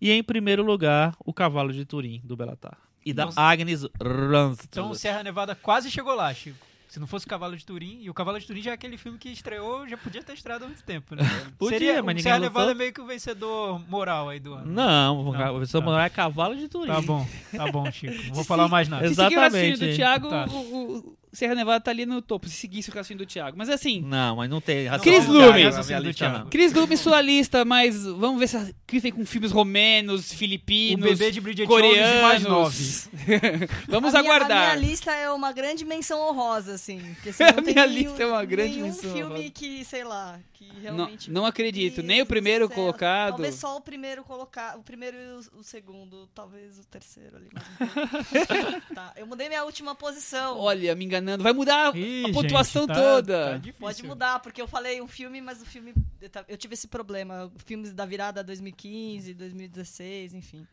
E em primeiro lugar, O Cavalo de Turim, do Belatar. E da Agnes Randstad.
Então, Serra Nevada quase chegou lá, Chico. Se não fosse o Cavalo de Turim, e o Cavalo de Turim já é aquele filme que estreou, já podia ter estreado há muito
<laughs>
tempo, né?
Podia,
Seria,
mas
o
ninguém
Serra
lutou.
Nevada é meio que o vencedor moral aí do ano.
Não, o
Não,
professor
tá.
Manuel é Cavalo de Turim.
Tá bom, tá bom, Chico.
<laughs>
Não vou falar mais nada.
Se seguir o raciocínio
Exatamente.
do Thiago,
Tá.
o, o Serra Nevada tá ali no topo. Se seguisse o raciocínio do Thiago. Mas assim,
Não, mas não tem. razão.
Cris
Não, não tem
Lume.
razão, minha lista não.
Cris Lume, sua lista, mas vamos ver se a Cris vem com filmes romenos,
O
filipinos,
bebê de Bridget Jones e mais nove.
coreanos. <laughs> vamos
a minha-
aguardar.
a minha lista é uma grande menção honrosa, assim. Porque, assim, não
<laughs> A
tem
minha
nenhum-
lista é uma grande
nenhum
menção
filme
honrosa.
que, sei lá, que
não,
realmente...
não acredito.
Meu
Nem o
Deus
primeiro
do céu.
colocado.
Talvez só o primeiro colocado. O primeiro e o, o segundo. Talvez o terceiro ali.
<laughs>
mais um pouco. tá, eu mudei minha última posição.
Olha, me enganando. Vai mudar
Ih,
a
gente,
pontuação
tá-
toda.
tá difícil.
Pode mudar, porque eu falei um filme, mas o filme eu ta- eu tive esse problema. Filmes da virada 2015, 2016, enfim.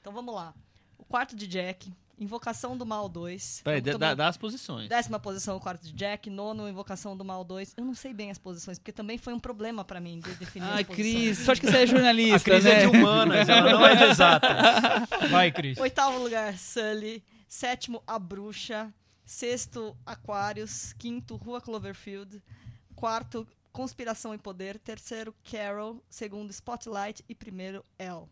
Então vamos lá. O quarto de Jack, Invocação do Mal 2.
Peraí,
Vamos
dá,
tomar-
dá- dá as posições.
Décima posição, o quarto de Jack. Nono, Invocação do Mal 2. Eu não sei bem as posições, porque também foi um problema pra mim de definir
Ai,
as posições.
Cris, só acho que você é jornalista,
A Cris
né?
é de humanas, ela não é de exata. Vai, Cris.
Oitavo lugar, Sully. Sétimo, A Bruxa. Sexto, Aquários. Quinto, Rua Cloverfield. Quarto, Conspiração e Poder. Terceiro, Carol. Segundo, Spotlight. E primeiro, Elle.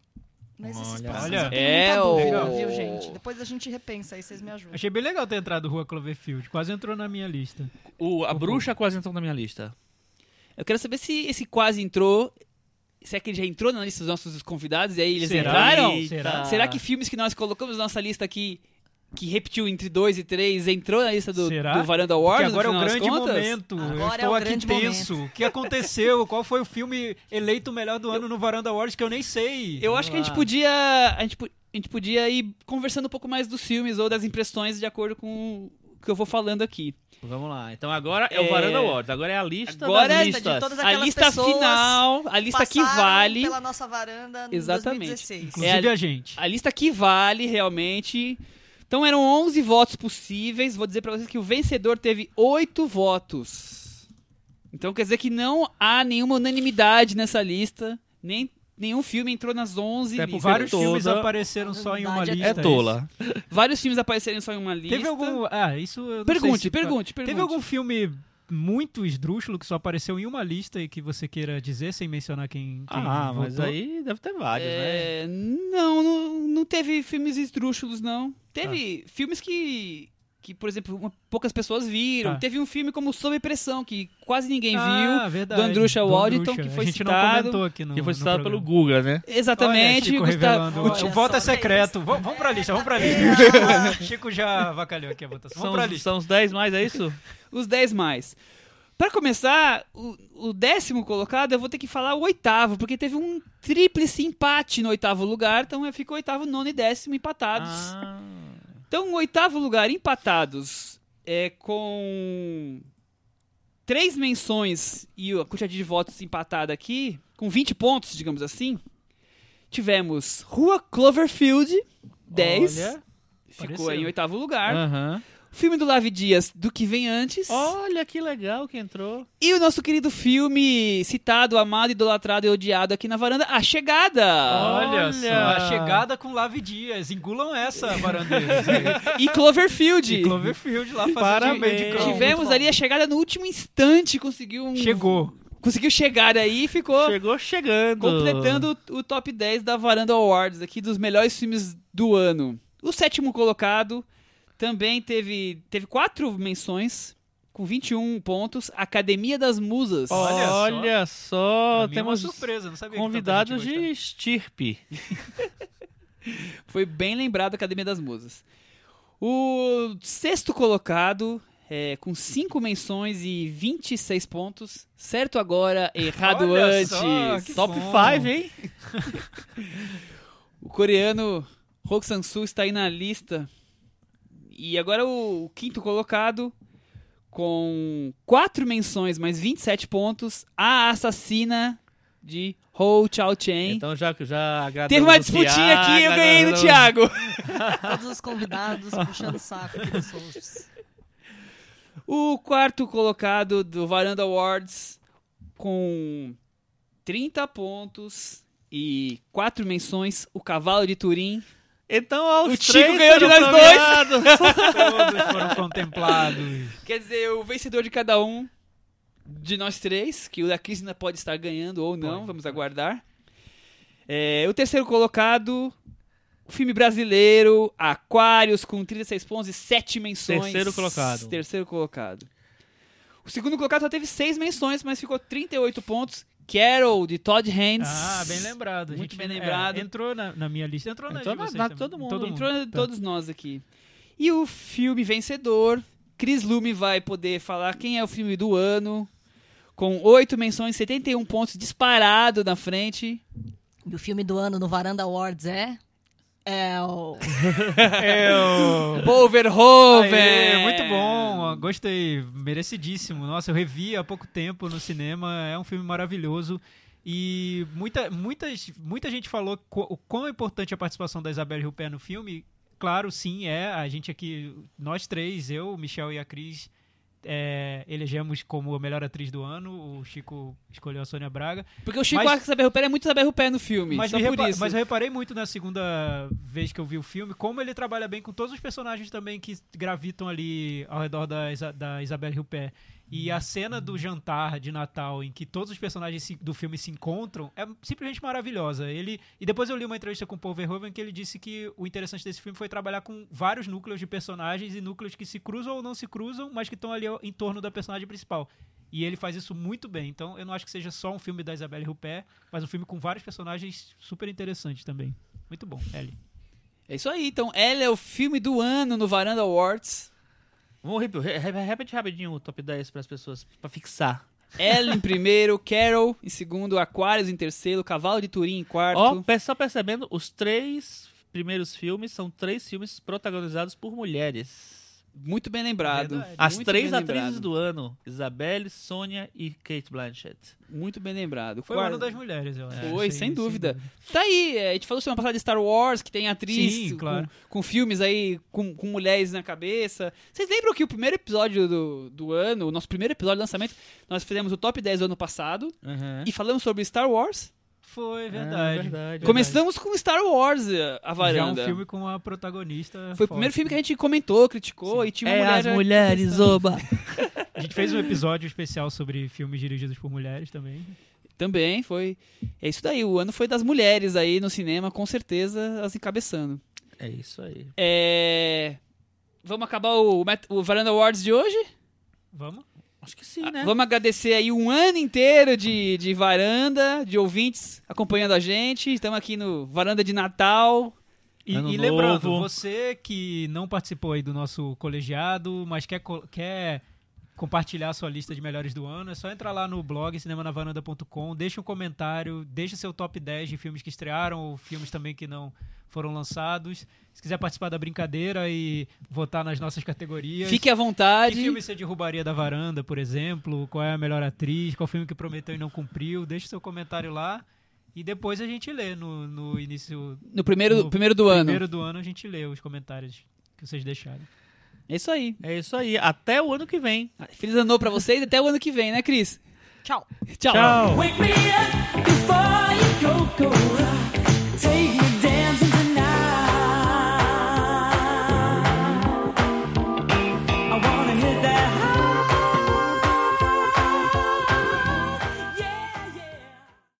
Mas esses
Olha.
posições eu
Olha.
tenho muita
É,
dúvida,
o-
viu, gente? Depois a gente repensa aí, vocês me ajudam.
Achei bem legal ter entrado Rua Cloverfield. Quase entrou na minha lista.
O, a bruxa quase entrou na minha lista.
<laughs> Eu quero saber se esse quase entrou. Se é que ele já entrou na lista dos nossos convidados e aí eles
Será?
entraram?
Eita. Será?
Será que filmes que nós colocamos na nossa lista aqui, que repetiu entre 2 e 3, entrou na lista do,
Será?
do Varanda
Que
Awards?
agora é
no
o
final das
grande
contas?
momento. Eu
Agora é
estou
o
aqui
grande
tenso. O que aconteceu? Qual foi o filme eleito o melhor do ano no Varanda Awards que eu nem sei?
Eu acho que a gente podia. A gente, po- a gente podia ir conversando um pouco mais dos filmes ou das impressões de acordo com o que eu vou falando aqui.
Vamos lá. Então agora é o
É.
Varanda Awards. Agora é a lista
Agora é a
das
lista
listas.
de todas
A
aquelas
lista
pessoas
final, a lista que
Passaram
vale.
pela nossa varanda em
Exatamente.
2016.
Inclusive
É
a gente.
A lista que vale realmente. Então eram 11 votos possíveis. Vou dizer pra vocês que o vencedor teve 8 votos. Então quer dizer que não há nenhuma unanimidade nessa lista. Nem nenhum filme entrou nas 11
Até por
listas.
Vários
toda-
filmes apareceram só em uma
Verdade,
lista.
É tola.
Vários filmes apareceram só em uma
isso.
lista.
Teve algum. Ah, isso. eu não
Pergunte,
sei se-
pergunte, pergunte.
Teve algum filme muito esdrúxulo que só apareceu em uma lista e que você queira dizer sem mencionar quem. quem
Ah, mas
votou?
aí deve ter vários, né?
É, não, não, não teve filmes esdrúxulos, não. Teve
Tá.
filmes que, que, por exemplo, uma- poucas pessoas viram.
Tá.
Teve um filme como Sob Pressão, que quase ninguém viu.
ah, verdade.
do Andrusha Waddington,
Andrusha.
que foi
a gente
citado.
não comentou aqui no
Que foi
no
citado pelo
programa.
Guga, né?
Exatamente,
Olha, Chico
Gustavo.
revelando.
o
O
Ti-
Olha
voto é
só,
secreto.
é isso.
Vamos, vamos pra lista, vamos pra lista. <laughs> Chico já avacalhou aqui a votação.
São,
Vamos pra
os-
lista.
são os 10 mais, é isso?
os 10 mais. Pra começar, o, o décimo colocado, eu vou ter que falar o oitavo, porque teve um tríplice empate no oitavo lugar, então ficou oitavo, nono e décimo empatados.
Ah.
Então, o oitavo lugar empatados é com três menções e a quantidade de votos empatada aqui, com 20 pontos, digamos assim. Tivemos Rua Cloverfield, 10.
Olha,
ficou
pareceu.
em oitavo lugar.
Ah. Aham.
O filme do Lave Dias, Do Que Vem Antes.
Olha que legal que entrou.
E o nosso querido filme citado, amado, idolatrado e odiado aqui na varanda, A Chegada.
Olha só,
Olha.
a chegada com Lave Dias. Engulam essa, varandeiros.
E Cloverfield.
E Cloverfield lá fazendo
Parabéns.
de campo.
Tivemos ali a chegada no último instante, conseguiu um-
Chegou.
conseguiu chegar aí e ficou
Chegou chegando.
completando o top 10 da Varanda Awards aqui dos melhores filmes do ano. O sétimo colocado também teve teve quatro menções com 21 pontos, Academia das Musas.
Olha,
Olha só.
só,
Pra mim é uma
temos
surpresa, não sabia que tanta
convidados
gente
de estirpe.
Foi bem lembrado Academia das Musas. O sexto colocado, é, com cinco menções e 26 pontos. Certo agora, errado
Olha
antes.
só, que
Top
bom.
5, hein?
<laughs> O coreano Hok Sang-soo está aí na lista. E agora o quinto colocado, com quatro menções, mais 27 pontos. A assassina de Ho Chao Chen.
Então já já agradamos
Teve uma
o
disputinha
Thiago, um
aqui e eu ganhei do
agradamos-
Thiago. É.
Todos os convidados puxando o saco aqui dos hosts.
O quarto colocado do Varanda Awards com 30 pontos e quatro menções, o Cavalo de Turim.
Então, ó, os
O Tico
três
ganhou de
foram
nós dois.
premiados.
Todos foram contemplados.
Quer dizer, o vencedor de cada um de nós três, que o da Cris ainda pode estar ganhando ou não,
Pode,
vamos aguardar. É, o terceiro colocado, o filme brasileiro, Aquários, com 36 pontos e 7 menções.
Terceiro colocado.
Terceiro colocado. O segundo colocado só teve 6 menções, mas ficou 38 pontos. Carol, de Todd Haynes.
Ah, bem lembrado.
Muito
gente,
bem
é,
lembrado.
entrou na, na minha lista. Entrou na
Entrou
de
na-
vocês
na-
também.
todo mundo.
Todo mundo.
Entrou de
Tá.
todos nós aqui. E o filme vencedor, Chris Lume vai poder falar quem é o filme do ano, com oito menções, 71
<laughs>
pontos disparado na frente.
E o filme do ano no Varanda Awards é? É, o-
Wolverhoven!
Aê, muito bom, gostei, merecidíssimo. Nossa, eu revi há pouco tempo no cinema, é um filme maravilhoso. E muita, muitas, muita gente falou qu- o quão importante a participação da Isabelle Rupert no filme. Claro, sim, é. A gente aqui, nós três, eu, o Michel e a Cris, é, elegemos como a melhor atriz do ano. O Chico escolheu a Sônia Braga.
Porque o Chico
Mas-
acha que Saber Pé é muito Saber Pé no filme.
Mas,
só
me
por
repa-
isso.
mas eu reparei muito na segunda vez que eu vi o filme, como ele trabalha bem com todos os personagens também que gravitam ali ao redor da, Isa da Isabelle Huppert. E a cena do jantar de Natal, em que todos os personagens se- do filme se encontram, é simplesmente maravilhosa. Ele E depois eu li uma entrevista com o Paul Verhoeven que ele disse que o interessante desse filme foi trabalhar com vários núcleos de personagens e núcleos que se cruzam ou não se cruzam, mas que estão ali ao- em torno da personagem principal. E ele faz isso muito bem. Então eu não acho que seja só um filme da Isabelle Huppert, mas um filme com vários personagens super interessantes também. Muito bom, Ellie.
É isso aí, então. Ela é o filme do ano no Varanda Awards.
<laughs> Vamos rep- re- re- repete rapidinho o top 10 para as pessoas, para fixar.
Ela em
<laughs>
primeiro, Carol em segundo, Aquarius em terceiro, Cavalo de Turim em quarto.
Ó, pe- só percebendo, os três primeiros filmes são três filmes protagonizados por mulheres.
Muito bem lembrado.
Verdade.
As
Muito
três
bem
atrizes
lembrado.
do ano: Isabelle, Sônia e Kate Blanchett.
Muito bem lembrado.
Foi o
Quarto-
ano das mulheres, eu acho.
Foi,
É, Sim,
sem dúvida. Tá aí, é, a gente falou semana passada de Star Wars, que tem atriz
Sim,
com-
claro.
com, filmes aí com, com mulheres na cabeça. Vocês lembram que o primeiro episódio do, do ano, o nosso primeiro episódio de lançamento, nós fizemos o top 10 do ano passado e falamos sobre Star Wars.
Foi, verdade.
É, verdade.
Começamos com Star Wars, eh, a
Já um
varanda.
filme é com a protagonista.
Foi o primeiro filme que a gente comentou, criticou e tinha uma
É
mulher.
as mulheres, oba!
A gente <laughs> fez um episódio especial sobre filmes dirigidos por mulheres também.
Também foi. É isso daí, o ano foi das mulheres aí no cinema, com certeza, elas encabeçando.
É isso aí.
É, Vamos acabar o, Met- o Varanda Awards de hoje?
Vamos?
Acho que sim, né?
Ah, Vamos agradecer aí um ano inteiro de, de varanda, de ouvintes acompanhando a gente. Estamos aqui no Varanda de Natal.
E,
Ano
e lembrando,
novo.
você que não participou aí do nosso colegiado, mas quer, co- quer compartilhar a sua lista de melhores do ano, é só entrar lá no blog cinemanavaranda.com, deixa um comentário, deixa seu top 10 de filmes que estrearam ou filmes também que não foram lançados. Se quiser participar da brincadeira e votar nas nossas categorias.
Fique à
é que
vontade.
filme você derrubaria da varanda, por exemplo? Qual é a melhor atriz? Qual filme que prometeu e não cumpriu? Deixa seu comentário lá e depois a gente lê no, no início
No primeiro,
No
primeiro do ano.
primeiro do ano a gente lê os comentários que vocês deixaram.
É isso aí.
É isso aí. Até o ano que vem.
Ah, Feliz ano novo pra vocês e até o ano que vem, né, Cris?
Tchau.
Tchau.
Tchau.
Wake me up before you go.